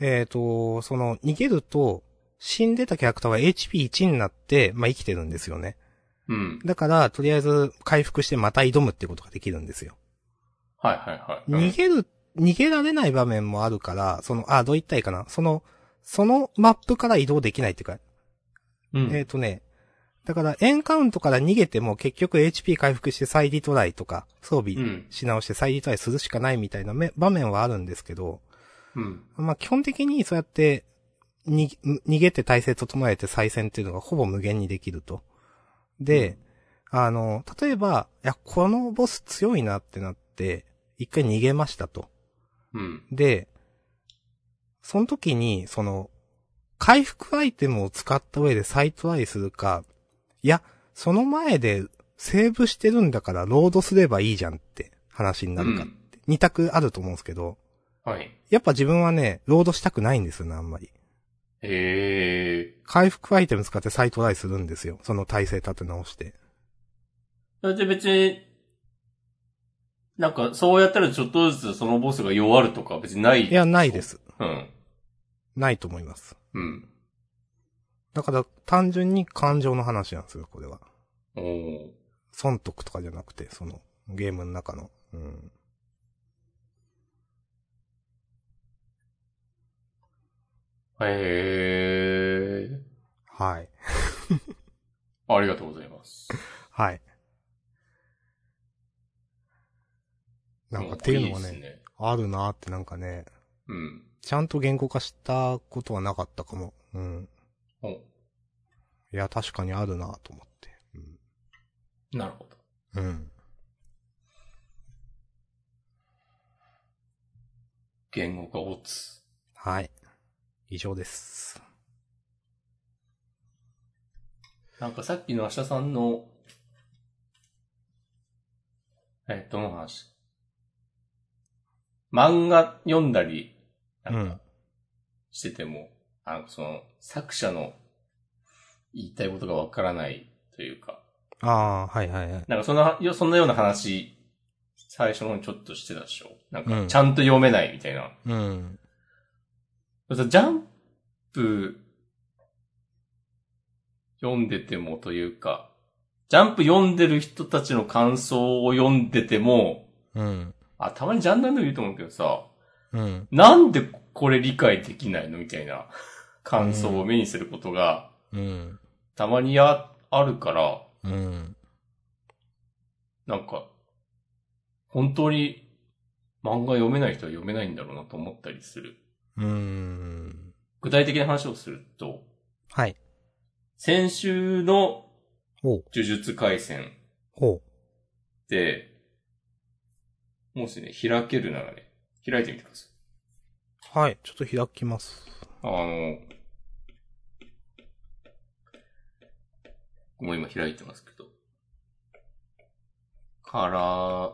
Speaker 1: えっ、と、その、逃げると、死んでたキャラクターは HP1 になって、まあ、生きてるんですよね。
Speaker 2: うん。
Speaker 1: だから、とりあえず回復してまた挑むってことができるんですよ。
Speaker 2: はいはいはい。
Speaker 1: 逃げる、逃げられない場面もあるから、その、あ、どう言ったらいいかな。その、そのマップから移動できないっていうか、
Speaker 2: うん。
Speaker 1: えっ、とね、だからエンカウントから逃げても結局 HP 回復して再リトライとか装
Speaker 2: う
Speaker 1: 備
Speaker 2: ん。
Speaker 1: し直して再リトライするしかないみたいなめ場面はあるんですけど、
Speaker 2: うん。
Speaker 1: まあ基本的にそうやってに逃げて体勢整えて再戦っていうのがほぼ無限にできると。で、あの、例えば、いや、このボス強いなってなって、一回逃げましたと。
Speaker 2: うん。
Speaker 1: で、その時に、その、回復アイテムを使った上で再トライするか、いや、その前でセーブしてるんだからロードすればいいじゃんって話になるか。
Speaker 2: うん
Speaker 1: 二択あると思うんですけど、
Speaker 2: はい。
Speaker 1: やっぱ自分はね、ロードしたくないんですよね、あんまり。
Speaker 2: へえ。
Speaker 1: 回復アイテム使って再トライするんですよ。その体勢立て直して。
Speaker 2: だって別に、なんか、そうやったらちょっとずつそのボスが弱るとか別にない。
Speaker 1: いや、ないで。す。
Speaker 2: うん。
Speaker 1: ないと思います。
Speaker 2: うん。
Speaker 1: だから、単純に感情の話なんですよ、これは。
Speaker 2: おー
Speaker 1: 損得とかじゃなくて、その、ゲームの中の。うん。
Speaker 2: へえ。
Speaker 1: はい。
Speaker 2: ありがとうございます。
Speaker 1: はい。なんかっていうのがね、
Speaker 2: いいっすね。
Speaker 1: あるなーってなんかね、
Speaker 2: うん。
Speaker 1: ちゃんと言語化したことはなかったかも。うん。
Speaker 2: お
Speaker 1: いや、確かにあるなーと思って。うん
Speaker 2: なるほど。
Speaker 1: うん。
Speaker 2: 言語化オツ。
Speaker 1: はい。以上です。
Speaker 2: なんかさっきの明日さんの、えっと、どの話漫画読んだり、
Speaker 1: う
Speaker 2: なん
Speaker 1: ん
Speaker 2: か、してても、なんかその、作者の言いたいことがわからないというか、
Speaker 1: ああ、はいはいはい。
Speaker 2: なんかそんな、よそんなような話、最初の方にちょっとしてたでしょなん
Speaker 1: う
Speaker 2: か、
Speaker 1: ん
Speaker 2: ちゃんと読めないみたいな。
Speaker 1: うん。
Speaker 2: ジャンプ、読んでてもというか、ジャンプ読んでる人たちの感想を読んでても、
Speaker 1: うん。
Speaker 2: あ、たまにジャンダンでも言うと思うけどさ、
Speaker 1: うん。
Speaker 2: なんでこれ理解できないのみたいな感想を目にすることが、
Speaker 1: うん。
Speaker 2: たまにああるから、
Speaker 1: うん。
Speaker 2: なんか、本当に漫画読めない人は読めないんだろうなと思ったりする。
Speaker 1: うん。
Speaker 2: 具体的な話をすると、
Speaker 1: はい。
Speaker 2: 先週の
Speaker 1: おう。
Speaker 2: 呪術回戦
Speaker 1: ほ
Speaker 2: で、もしね、開けるならね、開いてみてください。
Speaker 1: う。はい。ちょっと開きます。
Speaker 2: あの、もう今開いてますけど、カラー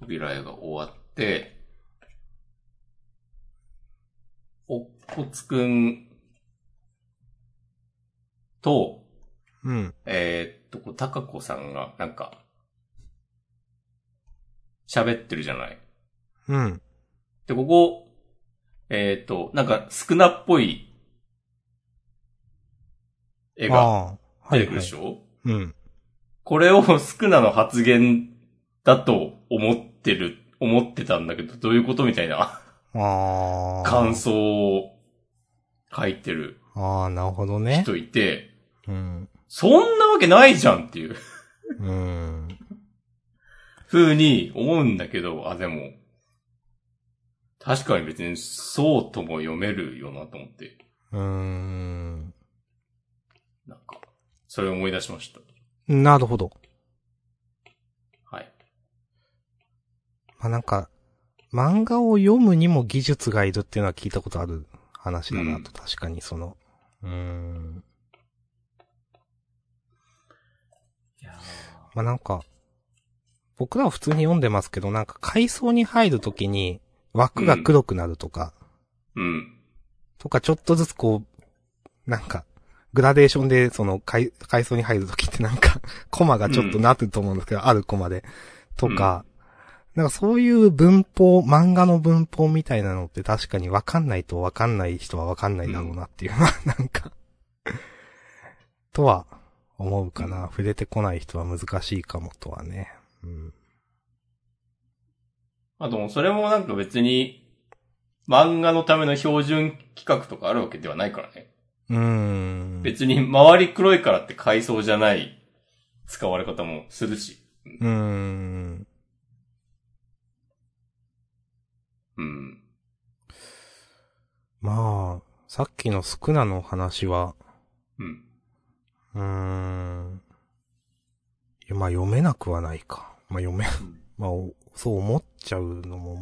Speaker 2: 扉絵が終わって、おっこつくんと、
Speaker 1: うん。
Speaker 2: えーっと、こう、たかこさんが、なんか、喋ってるじゃない。
Speaker 1: うん。
Speaker 2: で、ここ、えーっと、なんか、少なっぽい、絵が
Speaker 1: ああ、は
Speaker 2: 出て
Speaker 1: い、
Speaker 2: くる
Speaker 1: は
Speaker 2: で
Speaker 1: い
Speaker 2: し。ょ、
Speaker 1: うん。
Speaker 2: これを 少なの発言だと思ってる、思ってたんだけど、どういうことみたいな
Speaker 1: ああ。
Speaker 2: 感想を書いてる
Speaker 1: ああ、なるほどね。
Speaker 2: 人いて、
Speaker 1: うん。
Speaker 2: そんなわけないじゃんっていう
Speaker 1: うん。
Speaker 2: 風に思うんだけど、あ、でも、確かに別にそうとも読めるよなと思って、
Speaker 1: うーん。
Speaker 2: なんか、それを思い出しました。
Speaker 1: なるほど。
Speaker 2: はい。
Speaker 1: まあ、なんか、漫画を読むにも技術がいるっていうのは聞いたことある話だなと、
Speaker 2: うん
Speaker 1: 確かにその。うーん。
Speaker 2: いや
Speaker 1: まあ、なんか、僕らは普通に読んでますけど、なんか階層に入るときに枠が黒くなるとか、
Speaker 2: うん。
Speaker 1: とかちょっとずつこう、なんか、グラデーションでその階階層に入るときってなんか、 コマがちょっとなってると思うんですけど、あるコマで。とか、なんかそういう文法、漫画の文法みたいなのって確かにわかんないとわかんない人はわかんないだろうなっていう、まあ なんか、とは思うかな。触れてこない人は難しいかもとはね。うん。
Speaker 2: あと、それもなんか別に、漫画のための標準企画とかあるわけではないからね。
Speaker 1: うーん。
Speaker 2: 別に、周り黒いからって階層じゃない使われ方もするし。
Speaker 1: うーん。
Speaker 2: うん。
Speaker 1: まあ、さっきのスクナの話は、
Speaker 2: うん。
Speaker 1: うーん。いやまあ読めなくはないか。まあ読め、 まあおそう思っちゃうのも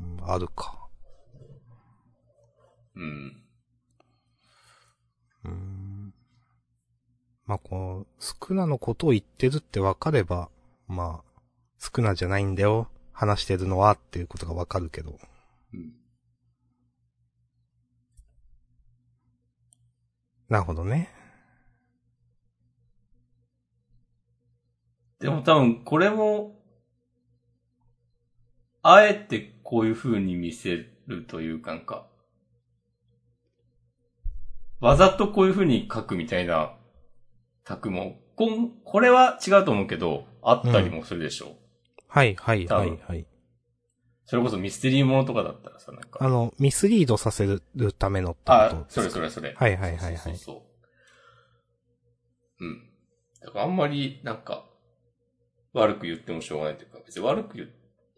Speaker 1: まあ、うんあるか。
Speaker 2: うん。
Speaker 1: うーん。まあこの、スクナのことを言ってるってわかれば、まあ、スクナじゃないんだよ。話してるのはっていうことがわかるけど。
Speaker 2: うん
Speaker 1: なるほどね。
Speaker 2: でも多分、これも、あえてこういう風に見せるというか、なんか、わざとこういう風に書くみたいな、択も、こん、これは違うと思うけど、あったりもするでしょう。
Speaker 1: はいはいは
Speaker 2: 多
Speaker 1: い
Speaker 2: 分
Speaker 1: はい。
Speaker 2: それこそミステリーものとかだったらさ、なん
Speaker 1: あ
Speaker 2: か。
Speaker 1: の、ミスリードさせるためのってこと
Speaker 2: あ、
Speaker 1: です
Speaker 2: そ
Speaker 1: か
Speaker 2: れそれそれ。
Speaker 1: はいはいはいはい
Speaker 2: そうそうそうそう。うん。だからあんまり、なんか、悪く言ってもしょうがないというか、別に悪く言っ、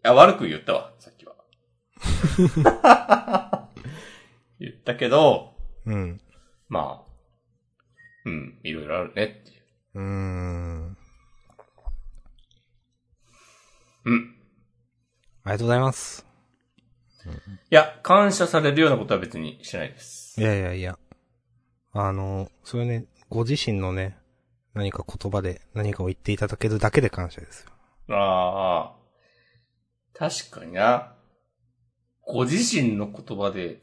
Speaker 2: あ、悪く言ったわ、さっきは。 言ったけど、
Speaker 1: うん。
Speaker 2: まあ、うん、いろいろあるねっていう。
Speaker 1: うーん。
Speaker 2: うん。
Speaker 1: ありがとうございます。
Speaker 2: いや、感謝されるようなことは別にしてないです。
Speaker 1: いやいやいや。あの、それね、ご自身のね、何か言葉で何かを言っていただけるだけで感謝ですよ。
Speaker 2: ああ、確かにな。ご自身の言葉で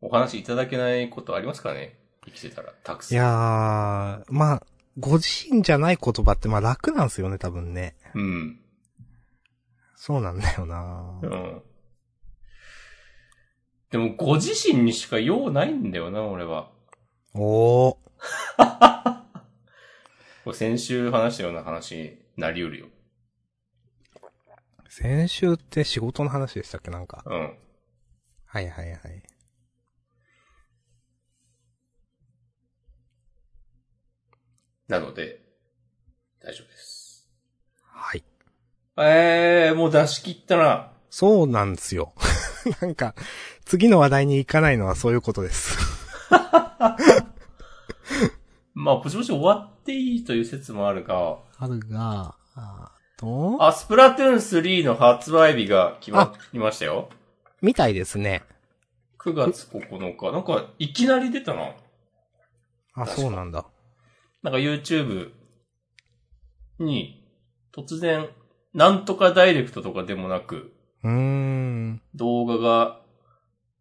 Speaker 2: お話いただけないことありますかね生きてたら、たくさ
Speaker 1: い
Speaker 2: ん。
Speaker 1: やー、まあ、ご自身じゃない言葉ってまあ楽なんですよね、多分ね。
Speaker 2: うん。
Speaker 1: そうなんだよな
Speaker 2: うん。でも、ご自身にしか用ないんだよな、俺は。
Speaker 1: おー。
Speaker 2: これ先週話したような話になり得るよ。
Speaker 1: 先週って仕事の話でしたっけなんか。
Speaker 2: うん。
Speaker 1: はいはいはい。
Speaker 2: なので、大丈夫です。
Speaker 1: はい。
Speaker 2: ええー、もう出し切ったな。
Speaker 1: そうなんですよ。 なんか、次の話題に行かないのはそういうことです。
Speaker 2: まあ、ぼちぼち終わっていいという説もあるが、
Speaker 1: あるが、あと、
Speaker 2: あ、スプラトゥーン3の発売日が決まりましたよ。
Speaker 1: みたいですね。
Speaker 2: 9月9日。なんか、いきなり出たな。
Speaker 1: あ、
Speaker 2: 確か
Speaker 1: そうなんだ。
Speaker 2: なんか YouTube に、突然、なんとかダイレクトとかでもなく、
Speaker 1: うーん。
Speaker 2: 動画が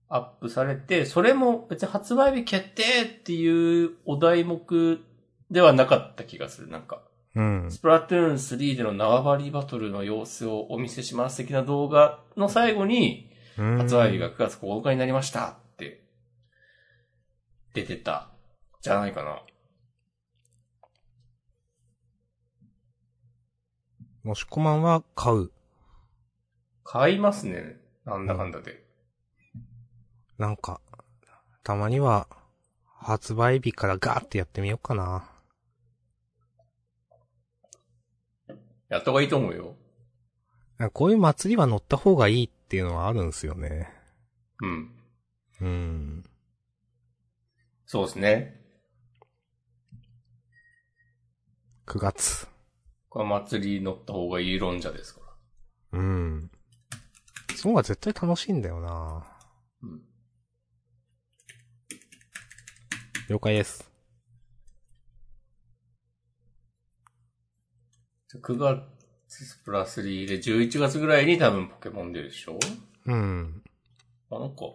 Speaker 2: アップされて、それも別に発売日決定っていうお題目ではなかった気がする。なんか、
Speaker 1: うん。
Speaker 2: スプラトゥーン3での縄張りバトルの様子をお見せします的な動画の最後に、発売日が9月9日になりましたって、出てた、じゃないかな。
Speaker 1: もしこまんは買う。
Speaker 2: 買いますね。なんだかんだで。
Speaker 1: なんか、たまには、発売日からガーってやってみようかな。
Speaker 2: やった方がいいと思うよ。
Speaker 1: なんかこういう祭りは乗った方がいいっていうのはあるんですよね。
Speaker 2: うん。
Speaker 1: うん。
Speaker 2: そうですね。
Speaker 1: 9月。
Speaker 2: これは祭りに乗った方がいい論者ですから。
Speaker 1: うん。その方が絶対楽しいんだよな
Speaker 2: うん。
Speaker 1: 了解です。
Speaker 2: 9月プラス3で11月ぐらいに多分ポケモン出るでしょ
Speaker 1: うん。
Speaker 2: あ、なんか、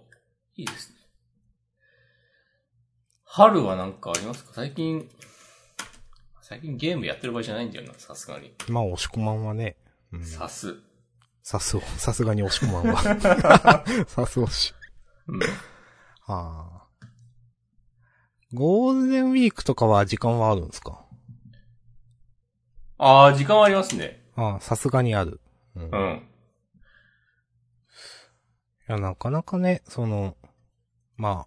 Speaker 2: いいですね。春はなんかありますか最近、最近ゲームやってる場合じゃないんだよな、さすがに。
Speaker 1: まあ、押し込まんはね。うん
Speaker 2: さす。
Speaker 1: さす、さすがに押し込まん は。さす押し。
Speaker 2: うん。
Speaker 1: ああ。ゴールデンウィークとかは時間はあるんですか
Speaker 2: ああ、時間はありますね。
Speaker 1: ああ、さすがにある。うん。
Speaker 2: う
Speaker 1: い
Speaker 2: ん。
Speaker 1: や、なかなかね、その、まあ、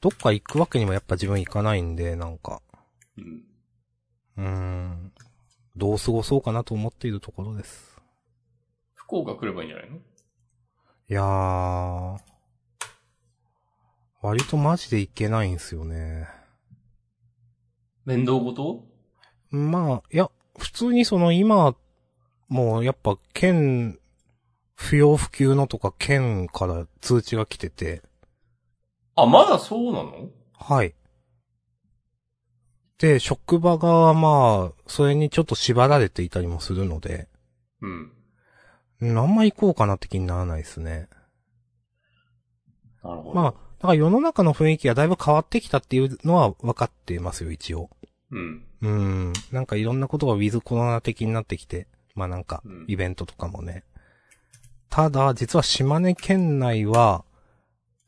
Speaker 1: どっか行くわけにもやっぱ自分行かないんで、なんか、
Speaker 2: うん。
Speaker 1: うーん、どう過ごそうかなと思っているところです。
Speaker 2: 福岡来ればいいんじゃないの
Speaker 1: いやー、割とマジで行けないんですよね。
Speaker 2: 面倒ごと
Speaker 1: まあ、いや、普通にその今、もうやっぱ県、不要不急のとか県から通知が来てて、
Speaker 2: あ、まだそうなの
Speaker 1: はい。で、職場がまあ、それにちょっと縛られていたりもするので、
Speaker 2: うん。
Speaker 1: うんあんま行こうかなって気にならないですね。
Speaker 2: なるほど。
Speaker 1: まあ、だから世の中の雰囲気がだいぶ変わってきたっていうのは分かっていますよ、一応。
Speaker 2: うん。
Speaker 1: うん。なんかいろんなことがウィズコロナ的になってきて、まあなんか
Speaker 2: うん、
Speaker 1: イベントとかもね。ただ、実は島根県内は、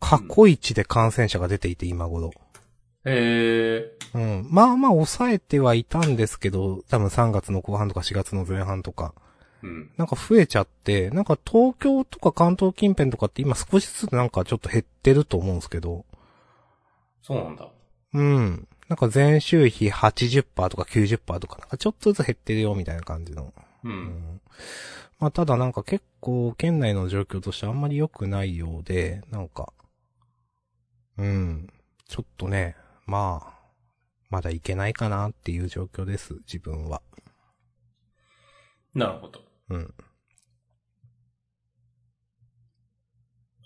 Speaker 1: 過去一で感染者が出ていて、今頃。
Speaker 2: へえ。
Speaker 1: うん。まあまあ抑えてはいたんですけど、多分3月の後半とか4月の前半とか、
Speaker 2: うん。
Speaker 1: なんか増えちゃって、なんか東京とか関東近辺とかって今少しずつなんかちょっと減ってると思うんですけど、
Speaker 2: そうなんだ。
Speaker 1: うん。なんか前週比80%とか90%とか、なんかちょっとずつ減ってるよみたいな感じの。
Speaker 2: う。
Speaker 1: うんん。まあただなんか結構県内の状況としてあんまり良くないようで、なんか、うん。ちょっとね、まあ、まだいけないかなっていう状況です、自分は。
Speaker 2: なるほど。
Speaker 1: うん。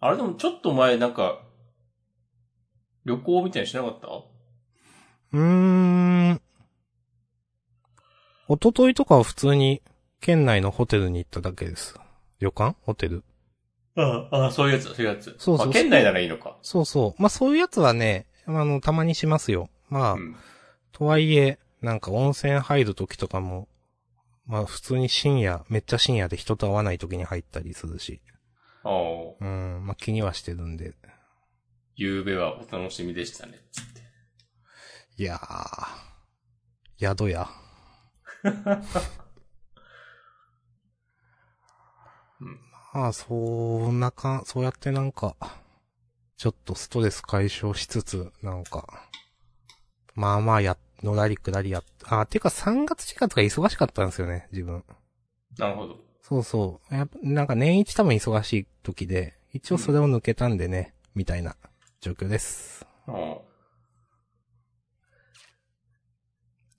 Speaker 2: あれでもちょっと前なんか、旅行みたいにしなかった
Speaker 1: うーん。一昨日とかは普通に県内のホテルに行っただけです。旅館ホテル
Speaker 2: ああ、そういうやつ、そういうやつ。
Speaker 1: そうそうそう
Speaker 2: あ、県内ならいいのか。
Speaker 1: そうそう。まあそういうやつはね、あの、たまにしますよ。まあ、
Speaker 2: うん。
Speaker 1: とはいえ、なんか温泉入る時とかも、まあ普通に深夜、めっちゃ深夜で人と会わない時に入ったりするし、
Speaker 2: ああ、
Speaker 1: うん、まあ気にはしてるんで。
Speaker 2: 夕べはお楽しみでしたね。つって。
Speaker 1: いやー、宿や。
Speaker 2: うん
Speaker 1: まあ、そんなかん、そうやってなんか、ちょっとストレス解消しつつ、なんか、まあまあや、のらりくらりやっ、あ、てか3月時間とか忙しかったんですよね、自分。
Speaker 2: なるほど。
Speaker 1: そうそう。やっぱ、なんか年一多分忙しい時で、一応それを抜けたんでね、みたいな状況です。
Speaker 2: ああ。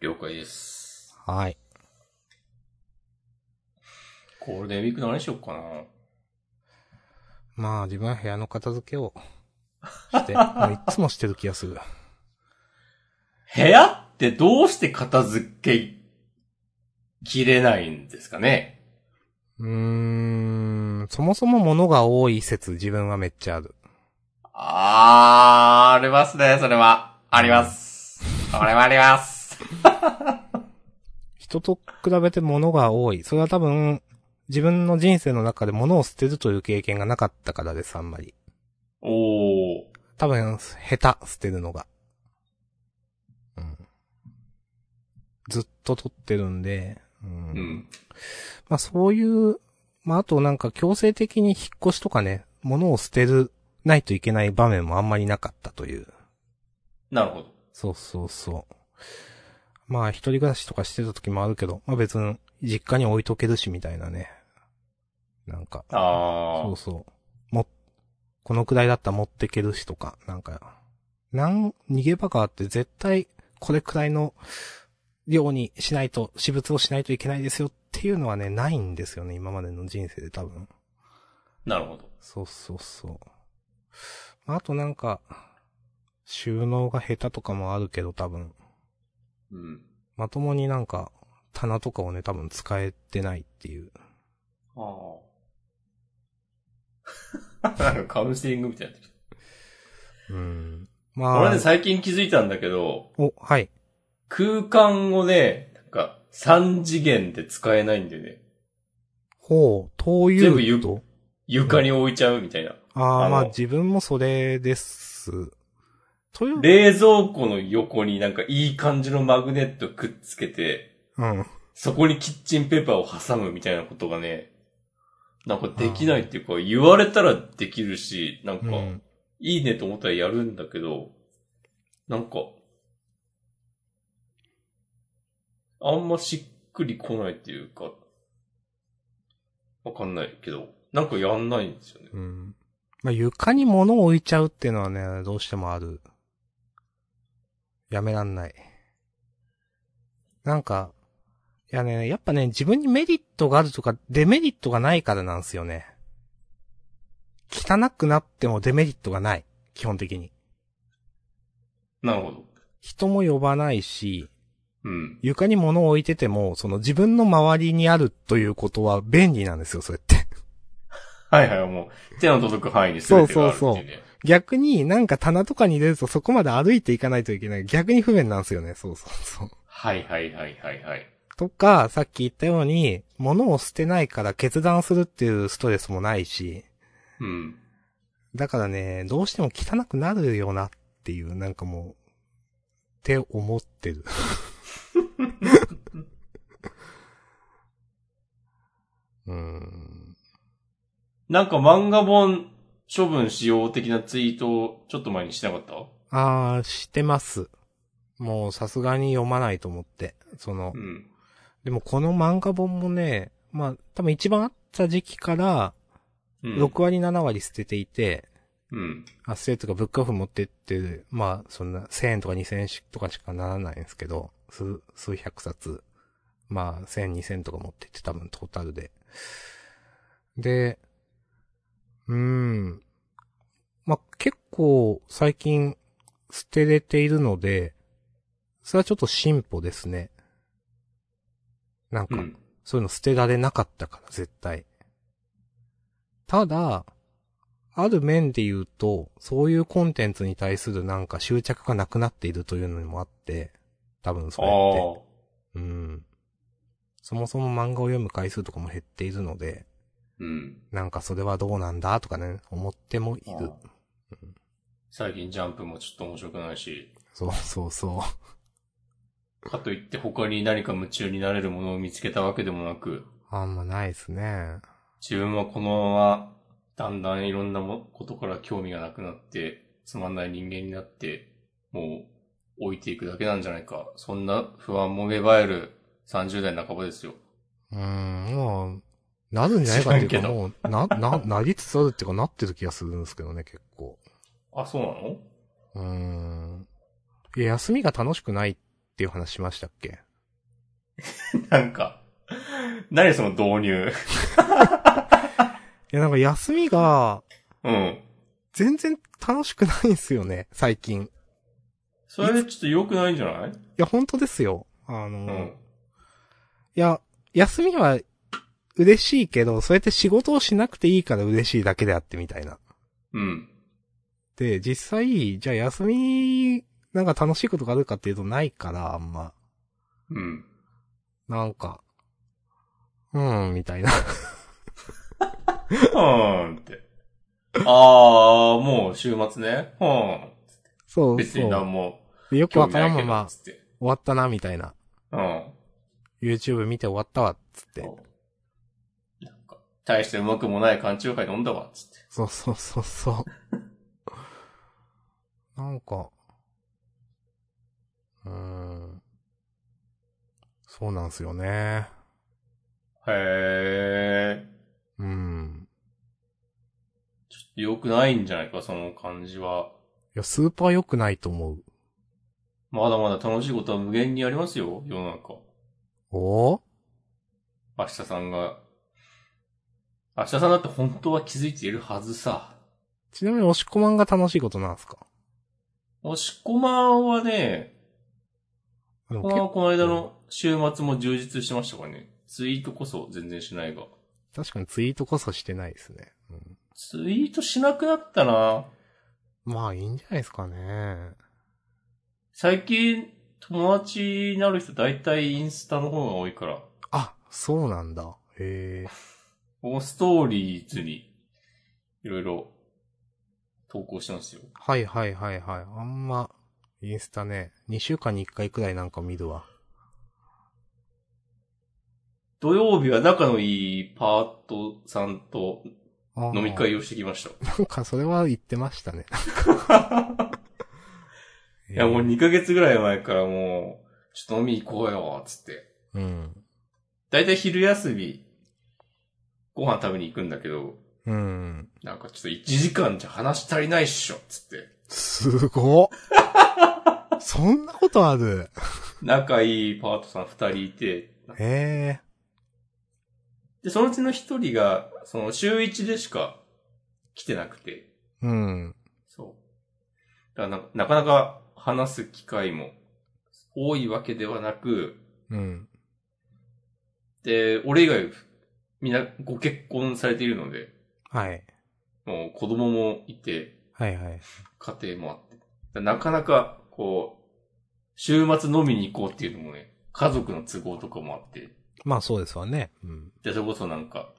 Speaker 2: 了解です。
Speaker 1: はい。
Speaker 2: ゴールデンウィーク何しよっかな。
Speaker 1: まあ自分は部屋の片付けを して、もういつもしてる気がする。
Speaker 2: 部屋ってどうして片付けきれないんですかね
Speaker 1: うーん、そもそも物が多い説自分はめっちゃある。
Speaker 2: あー、ありますね、それは。あります。それはあります。
Speaker 1: 人と比べて物が多い。それは多分、自分の人生の中で物を捨てるという経験がなかったからです、あんまり。
Speaker 2: おー。
Speaker 1: 多分、下手、捨てるのが。うん。ずっと取ってるんで、うん。
Speaker 2: うん。
Speaker 1: まあそういう、まああとなんか強制的に引っ越しとかね、物を捨てる、ないといけない場面もあんまりなかったという。
Speaker 2: なるほど。
Speaker 1: そうそうそう。まあ一人暮らしとかしてた時もあるけど、まあ別に実家に置いとけるしみたいなね。なんか、
Speaker 2: あ
Speaker 1: そう
Speaker 2: ー。
Speaker 1: そう。も、このくらいだったら持ってけるしとか、なんか、なん、逃げ場があって絶対これくらいの量にしないと、私物をしないといけないですよっていうのはね、ないんですよね、今までの人生で多分。
Speaker 2: なるほど。
Speaker 1: そうそうそう。まあ、あとなんか、収納が下手とかもあるけど多分、
Speaker 2: うん。
Speaker 1: まともになんか、棚とかをね、多分使えてないっていう。
Speaker 2: ああ。なん かカウンセリングみたいになってる。
Speaker 1: うん。まあ、
Speaker 2: 俺ね、最近気づいたんだけど、
Speaker 1: お、はい。
Speaker 2: 空間をね、なんか、三次元で使えないんでね。
Speaker 1: ほう、というと。
Speaker 2: 全部言う床に置いちゃうみたいな。
Speaker 1: あ
Speaker 2: あ
Speaker 1: あ、
Speaker 2: の
Speaker 1: まあ自分もそれです。という、
Speaker 2: 冷蔵庫の横になんかいい感じのマグネットくっつけて、
Speaker 1: うん。
Speaker 2: そこにキッチンペーパーを挟むみたいなことがね、なんかできないっていうか、言われたらできるし、なんか
Speaker 1: う、ん。
Speaker 2: いいねと思ったらやるんだけど、なんか、あんましっくり来ないっていうか、わかんないけど、なんかやんないんですよね。
Speaker 1: うん。まあ床に物を置いちゃうっていうのはね、どうしてもある。やめらんない。なんか、いやね、やっぱね、自分にメリットがあるとか、デメリットがないからなんですよね。汚くなってもデメリットがない。基本的に。
Speaker 2: なるほど。
Speaker 1: 人も呼ばないし、
Speaker 2: うん。
Speaker 1: 床に物を置いてても、その自分の周りにあるということは便利なんですよ、それって。
Speaker 2: はいはい、もう、手の届く範囲に全てがあるってい
Speaker 1: そ
Speaker 2: うね。
Speaker 1: うそう逆になんか棚とかに入れるとそこまで歩いていかないといけない。逆に不便なんですよね、そうそうそう。
Speaker 2: はいはいはいはいはい。
Speaker 1: とか、さっき言ったように、物を捨てないから決断するっていうストレスもないし、
Speaker 2: うん。
Speaker 1: だからね、どうしても汚くなるよなっていう、なんかもう、って思ってる。
Speaker 2: なんか漫画本処分しよう的なツイートをちょっと前にしなかった
Speaker 1: あー、してます。もうさすがに読まないと思って。その
Speaker 2: う、ん。
Speaker 1: でもこの漫画本もね、まあ、多分一番あった時期から、
Speaker 2: うん。
Speaker 1: 6割7割捨てていて、
Speaker 2: うん。
Speaker 1: あ、捨てとかブックオフ持ってって、まあ、そんな1000円とか2000円とかしかならないんですけど、数、数百冊。まあ、1000、2000とか持ってって多分トータルで。で、うーん。まあ、結構最近捨てれているので、それはちょっと進歩ですね。なん
Speaker 2: う
Speaker 1: か、
Speaker 2: ん。
Speaker 1: そういうの捨てられなかったから、絶対。ただ、ある面で言うと、そういうコンテンツに対するなんか執着がなくなっているというのもあって、多分そ
Speaker 2: ああ
Speaker 1: れっ
Speaker 2: ー。
Speaker 1: て。うん。そもそも漫画を読む回数とかも減っているので、
Speaker 2: うん。
Speaker 1: なんかそれはどうなんだとかね、思ってもいる。
Speaker 2: 最近ジャンプもちょっと面白くないし、
Speaker 1: そうそうそ
Speaker 2: かといって他に何か夢中になれるものを見つけたわけでもなく、
Speaker 1: う。あんまないですね。
Speaker 2: 自分はこのままだんだんいろんなもことから興味がなくなって、つまんない人間になって、もう置いていくだけなんじゃないか。そんな不安も芽生える30代半ばですよ。
Speaker 1: うーん、まあ、なるんじゃないかってい
Speaker 2: 知ら
Speaker 1: うん
Speaker 2: け
Speaker 1: か、
Speaker 2: ど
Speaker 1: もう、な、な、なりつつあるっていうかなってる気がするんですけどね、結構。
Speaker 2: あ、そうなの
Speaker 1: うーん。いや、休みが楽しくないっていう話しましたっけ
Speaker 2: なんか、何その導入。
Speaker 1: いや、なんか休みが
Speaker 2: うん。
Speaker 1: 全然楽しくないんですよね、最近。い
Speaker 2: それちょっと良くないんじゃない
Speaker 1: や、本当ですよ。あの、
Speaker 2: う
Speaker 1: い
Speaker 2: ん。
Speaker 1: や、休みは嬉しいけど、そうやって仕事をしなくていいから嬉しいだけであってみたいな。
Speaker 2: うん。
Speaker 1: で、実際、じゃあ休み、なんか楽しいことがあるかっていうとないから、あんま。
Speaker 2: うん。
Speaker 1: なんか、うーん、みたいな。
Speaker 2: ふーんって。あー、もう週末ね。ふーん。
Speaker 1: そう
Speaker 2: 別に
Speaker 1: そ
Speaker 2: 何も
Speaker 1: う。よく
Speaker 2: 興
Speaker 1: わ
Speaker 2: 味
Speaker 1: か
Speaker 2: な
Speaker 1: らん
Speaker 2: いけ
Speaker 1: ま
Speaker 2: ど、
Speaker 1: ま
Speaker 2: つって。
Speaker 1: 終わったな、みたいな。
Speaker 2: うん。
Speaker 1: YouTube 見て終わったわ、つって。
Speaker 2: そうなんか、大してうまくもない缶中杯飲んだわ、つって。
Speaker 1: そうそうそう そう。なんか、うーん。そうなんすよね。
Speaker 2: へー。
Speaker 1: うん。
Speaker 2: ちょっと良くないんじゃないか、その感じは。
Speaker 1: いや、スーパー良くないと思う。
Speaker 2: まだまだ楽しいことは無限にありますよ、世の中。
Speaker 1: おー
Speaker 2: 明日さんが。明日さんだって本当は気づいているはずさ。
Speaker 1: ちなみに、押し込まんが楽しいことなんすか
Speaker 2: 押し込まんはね、
Speaker 1: でも
Speaker 2: こ
Speaker 1: 結
Speaker 2: のこの間の週末も充実してましたからね。ツイートこそ全然しないが。
Speaker 1: 確かにツイートこそしてないですね。うん、
Speaker 2: ツイートしなくなったな
Speaker 1: まあ、いいんじゃないですかね。
Speaker 2: 最近、友達になる人大体インスタの方が多いから、
Speaker 1: あ、そうなんだ。へえ。
Speaker 2: もうストーリーズに、いろいろ、投稿してますよ。
Speaker 1: はいはいはいはい。あんま、インスタね、2週間に1回くらいなんか見るわ。
Speaker 2: 土曜日は仲のいいパートさんと
Speaker 1: あー
Speaker 2: 飲み会をしてきました。い
Speaker 1: なんか、それは言ってました ね。い
Speaker 2: や、もう2ヶ月ぐらい前からもう、ちょっと飲み行こうよ、つって。
Speaker 1: うん。
Speaker 2: 大体昼休み、ご飯食べに行くんだけど、
Speaker 1: うん。
Speaker 2: なんかちょっと1時間じゃ話足りないっしょ、つって。
Speaker 1: すごっ そんなことある
Speaker 2: 仲いいパートさん2人いて、
Speaker 1: へえ。
Speaker 2: で、そのうちの一人が、その週一でしか来てなくて、
Speaker 1: うん。
Speaker 2: そう。だからななかなか話す機会も多いわけではなく、
Speaker 1: うん。
Speaker 2: で、俺以外、みんなご結婚されているので、
Speaker 1: はい。
Speaker 2: もう子供もいて、
Speaker 1: はいはい。
Speaker 2: 家庭もあって。だからなかなか、こう、週末飲みに行こうっていうのもね、家族の都合とかもあって、
Speaker 1: まあそうですわね。うん。
Speaker 2: で、それこそなんか、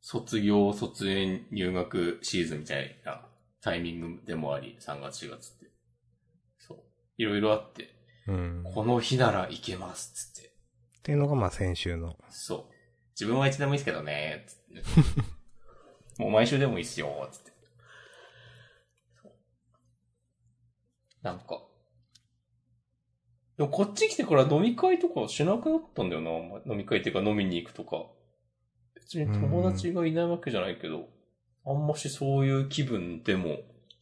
Speaker 2: 卒業、卒園、入学シーズンみたいなタイミングでもあり、3月、4月って。そう。いろいろあって、
Speaker 1: うん。っ
Speaker 2: この日なら行けます、つって。
Speaker 1: ていうのがまあ先週の。
Speaker 2: そう。自分はいつでもいいですけどね、つってねもう毎週でもいいっすよ、つって。なんか。でもこっち来てから飲み会とかしなくなったんだよなあんま。飲み会っていうか飲みに行くとか。別に友達がいないわけじゃないけど、あんましそういう気分でも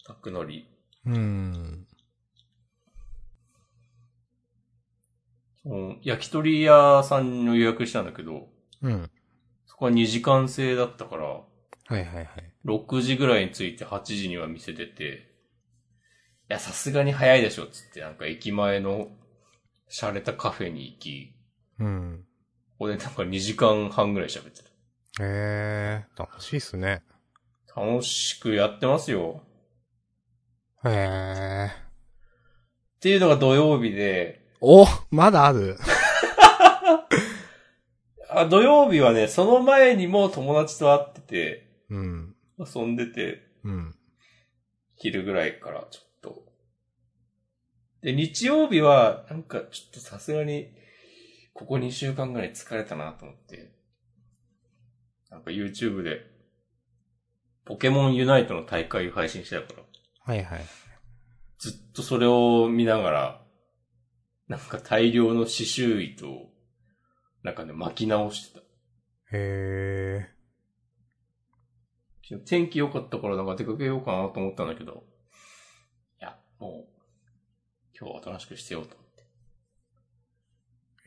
Speaker 2: なくなり、
Speaker 1: うん。
Speaker 2: その焼き鳥屋さんの予約したんだけど、
Speaker 1: うん。
Speaker 2: そこは2時間制だったから、
Speaker 1: はいはいはい。
Speaker 2: 6時ぐらいに着いて8時には店出て、いや、さすがに早いでしょ、つって、なんか駅前の洒落たカフェに行き、
Speaker 1: うん。
Speaker 2: ここでなんか2時間半ぐらい喋って
Speaker 1: へえ、楽しいっすね。
Speaker 2: た。楽しくやってますよ。
Speaker 1: へえ。
Speaker 2: っていうのが土曜日で、
Speaker 1: おまだある
Speaker 2: あ土曜日はね、その前にも友達と会ってて、
Speaker 1: うん。
Speaker 2: 遊んでて、
Speaker 1: うん。
Speaker 2: 昼ぐらいからちょっと。で、日曜日は、なんかちょっとさすがに、ここ2週間ぐらい疲れたなと思って、なんか YouTube で、ポケモンユナイトの大会を配信してたから、
Speaker 1: はいはい。
Speaker 2: ずっとそれを見ながら、なんか大量の刺繍糸を、なんかね、巻き直してた。
Speaker 1: へえ。
Speaker 2: 昨日天気良かったからなんか出かけようかなと思ったんだけど、いや、もう、今日はおとなしくしてようと思っ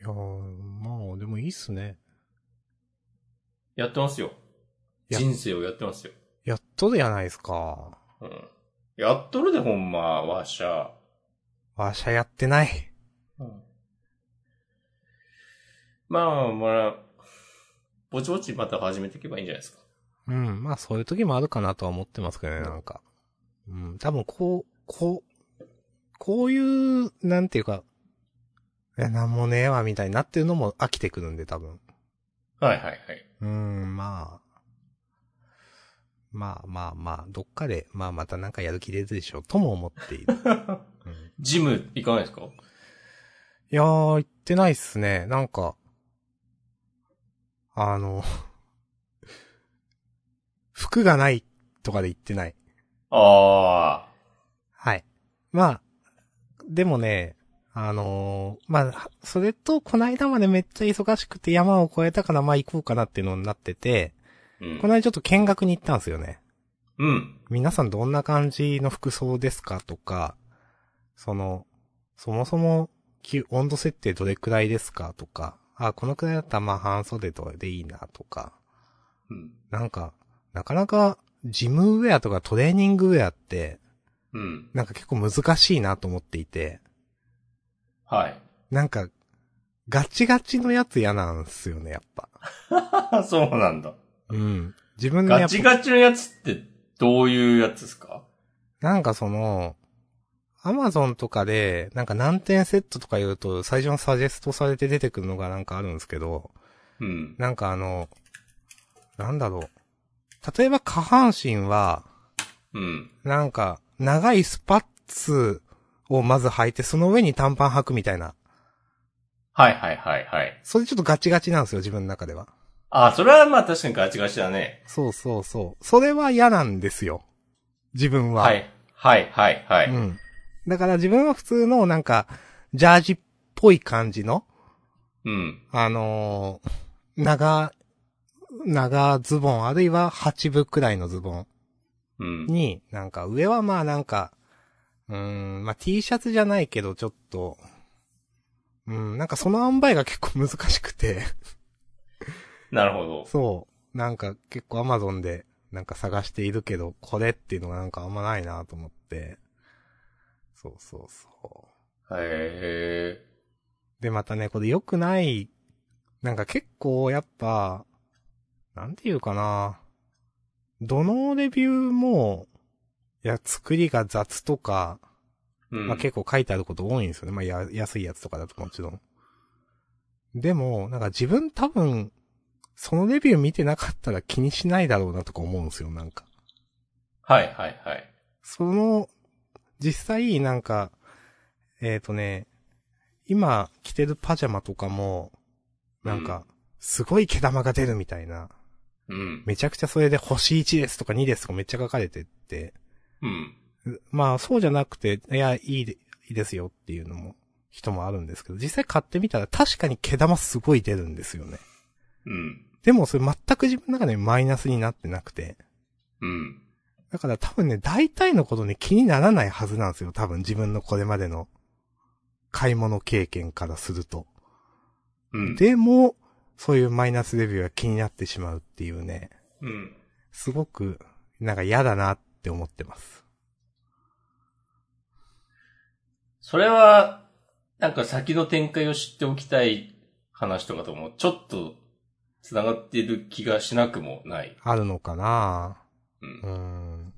Speaker 2: て。
Speaker 1: いやーまあ、でもいいっすね。
Speaker 2: やってますよ。
Speaker 1: や
Speaker 2: 人生をやってますよ。
Speaker 1: やっとでやないですか。
Speaker 2: うん。やっとるでほんま、わしゃ。
Speaker 1: わしゃやってない。
Speaker 2: うん。まあまあ、ぼちぼちまた始めていけばいいんじゃないですか。
Speaker 1: うん。まあ、そういう時もあるかなとは思ってますけどね、なんか。うん。多分、こう、こう、こういう、なんていうか、いや、なんもねえわ、みたいになってるのも飽きてくるんで、多分。
Speaker 2: はいはいはい。
Speaker 1: うん、まあ。まあまあまあ、どっかで、まあまたなんかやる気出るでしょう、とも思っている。うん、い
Speaker 2: ジム行かないですか
Speaker 1: やー、言ってないっすね。なんか、あの、 服がないとかで言ってない。
Speaker 2: ああ。
Speaker 1: はい。まあ、でもね、あのーまあ、それと、こないだまでめっちゃ忙しくて山を越えたから、まあ行こうかなっていうのになってて、
Speaker 2: うん
Speaker 1: こ。の間ちょっと見学に行ったんですよね。
Speaker 2: うん。
Speaker 1: 皆さんどんな感じの服装ですかとか、その、そもそも、き温度設定どれくらいですかとか、あ、このくらいだったらまあ半袖とかでいいなとか、
Speaker 2: うん。
Speaker 1: なんか、なかなか、ジムウェアとかトレーニングウェアって、
Speaker 2: うん。
Speaker 1: なんか結構難しいなと思っていて、
Speaker 2: はい。
Speaker 1: なんか、ガチガチのやつ嫌なんすよね、やっぱ。
Speaker 2: そうなんだ。
Speaker 1: うん。自分でや
Speaker 2: ガ
Speaker 1: っぱ
Speaker 2: チガチのやつってどういうやつですか
Speaker 1: なんかその、アマゾンとかで、なんか何点セットとか言うと、最初のサジェストされて出てくるのがなんかあるんですけど、
Speaker 2: うん。
Speaker 1: なんかあの、なんだろう。例えば下半身は、
Speaker 2: うん。
Speaker 1: なんか、長いスパッツをまず履いて、その上に短パン履くみたいな。
Speaker 2: はいはいはいはい。
Speaker 1: それちょっとガチガチなんですよ、自分の中では。
Speaker 2: あ、それはまあ確かにガチガチだね。
Speaker 1: そうそうそう。それは嫌なんですよ。自分は。
Speaker 2: はい。はいはいはい。
Speaker 1: うん。だから自分は普通のなんか、ジャージっぽい感じの、
Speaker 2: うん。
Speaker 1: あのー長、長ズボン、あるいは8分くらいのズボン
Speaker 2: うん。
Speaker 1: に、なんか上はまあなんか、うーん、まあ T シャツじゃないけどちょっと、うん、なんかその塩梅が結構難しくて、
Speaker 2: なるほど。
Speaker 1: そう、なんか結構 Amazon でなんか探しているけど、これっていうのがなんかあんまないなと思って、そうそうそう。
Speaker 2: へえ。
Speaker 1: で、またね、これ良くない、なんか結構やっぱ、なんていうかな。どのレビューも、いや、作りが雑とか、
Speaker 2: うん。
Speaker 1: まあ、結構書いてあること多いんですよね。まあ、や、安いやつとかだともちろん。でも、なんか自分多分、そのレビュー見てなかったら気にしないだろうなとか思うんですよ、なんか。
Speaker 2: はいはいはい。
Speaker 1: その、実際なんか、えっ、とね、今着てるパジャマとかも、なんか、すごい毛玉が出るみたいな、
Speaker 2: うん。
Speaker 1: めちゃくちゃそれで星1ですとか2ですとかめっちゃ書かれてって、
Speaker 2: うん。
Speaker 1: まあそうじゃなくて、いや、いいで、いいですよっていうのも、人もあるんですけど、実際買ってみたら確かに毛玉すごい出るんですよね。
Speaker 2: うん。
Speaker 1: でもそれ全く自分の中でマイナスになってなくて。
Speaker 2: うん。
Speaker 1: だから多分ね、大体のことね、気にならないはずなんですよ。多分自分のこれまでの買い物経験からすると。
Speaker 2: うん。
Speaker 1: でも、そういうマイナスレビューが気になってしまうっていうね、
Speaker 2: うん。
Speaker 1: すごく、なんか嫌だなって思ってます。
Speaker 2: それは、なんか先の展開を知っておきたい話とかとも、ちょっと、繋がってる気がしなくもない。
Speaker 1: あるのかな
Speaker 2: う。
Speaker 1: うんーん。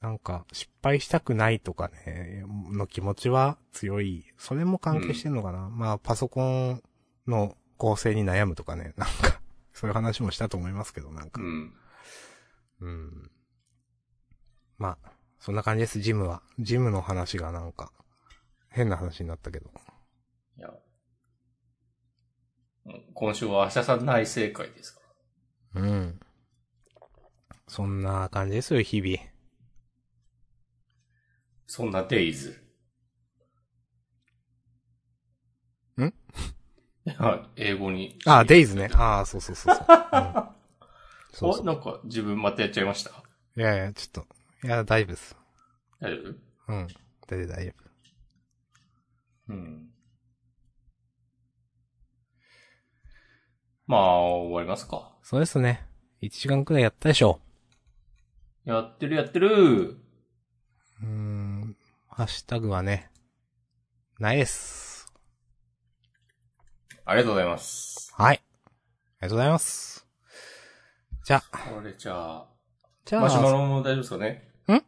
Speaker 1: なんか、失敗したくないとかね、の気持ちは強い。それも関係してんのかな、まあ、パソコンの構成に悩むとかね、なんか、そういう話もしたと思いますけど、なん
Speaker 2: う
Speaker 1: か。
Speaker 2: ん。
Speaker 1: うん。まあ、そんな感じです、ジムは。ジムの話がなんか、変な話になったけど。
Speaker 2: いや。今週は明日さん内正解ですか
Speaker 1: うん。そんな感じですよ、日々。
Speaker 2: そんなデイズ。
Speaker 1: ん
Speaker 2: いや、英語に。
Speaker 1: あ、デイズね。ああ、そうそうそう そう。うんそう
Speaker 2: お、
Speaker 1: そう。
Speaker 2: なんか自分またやっちゃいました。
Speaker 1: いやいや、ちょっと。いや、大丈夫です。
Speaker 2: 大丈夫
Speaker 1: うん。大丈夫、大丈夫。
Speaker 2: うん。まあ、終わりますか。
Speaker 1: そうですね。1時間くらいやったでしょ。
Speaker 2: やってるやってる。
Speaker 1: うーん。ハッシュタグはね、ないです。
Speaker 2: ありがとうございます。
Speaker 1: はい。ありがとうございます。じゃあ、
Speaker 2: これじゃあ、
Speaker 1: じゃあ、
Speaker 2: マシュマロも大丈夫ですかね
Speaker 1: ん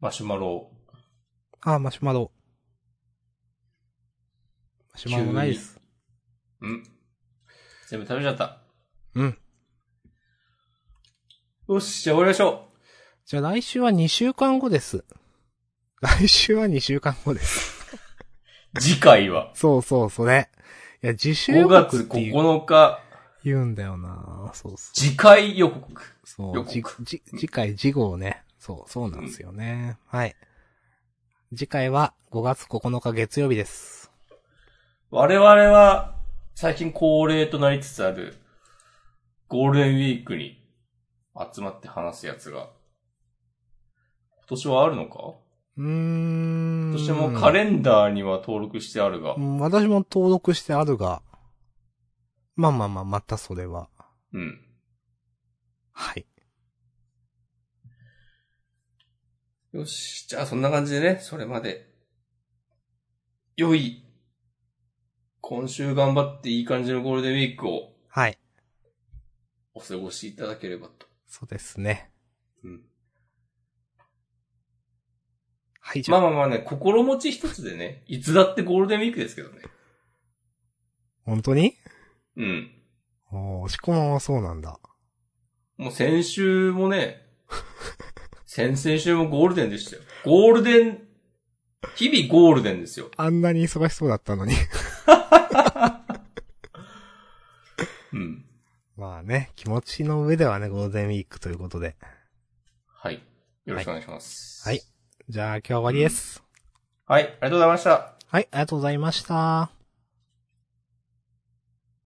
Speaker 2: マシュマロ。
Speaker 1: あ、マシュマロ。マシュマロないです。
Speaker 2: うん。全部食べちゃった。
Speaker 1: うん。
Speaker 2: よし、じゃあ終わりましょ
Speaker 1: じゃあ来週は2週間後です。 来週は2週間後です。
Speaker 2: う。次回は、
Speaker 1: そうそう、それ。いや、自習
Speaker 2: 5
Speaker 1: 予
Speaker 2: 月
Speaker 1: 告って言う
Speaker 2: 9日、
Speaker 1: 言うんだよなそうそ
Speaker 2: 次回予告。
Speaker 1: う。そ
Speaker 2: 予
Speaker 1: う、じ
Speaker 2: 告、
Speaker 1: じ、次回、次号ね。そう、そうなんですよね。はい。次回は5月9日月曜日です。
Speaker 2: 我々は、最近恒例となりつつある、ゴールデンウィークに集まって話すやつが、今年はあるのか
Speaker 1: うーん。
Speaker 2: 今年もカレンダーには登録してあるが
Speaker 1: う、ん私も登録してあるが、まあまあまあ、またそれは。
Speaker 2: うん。
Speaker 1: はい。
Speaker 2: よし、じゃあそんな感じでね、それまで、良い、今週頑張っていい感じのゴールデンウィークを
Speaker 1: はい。
Speaker 2: お過ごしいただければと。
Speaker 1: そうですね。
Speaker 2: うん。
Speaker 1: はい、じゃ
Speaker 2: ま
Speaker 1: あ、
Speaker 2: あまあまあね、心持ち一つでね、いつだってゴールデンウィークですけどね。
Speaker 1: 本当に
Speaker 2: うん。
Speaker 1: おー、しこまんはそうなんだ。
Speaker 2: もう先週もね、先々週もゴールデンでしたよ。ゴールデン、日々ゴールデンですよ。
Speaker 1: あんなに忙しそうだったのに。
Speaker 2: うん。
Speaker 1: まあね、気持ちの上ではね、ゴールデンウィークということで。
Speaker 2: はい。よろしくお願いします。
Speaker 1: はい。じゃあ、今日は終わりです。
Speaker 2: はい、ありがとうございました。
Speaker 1: はい、ありがとうございました。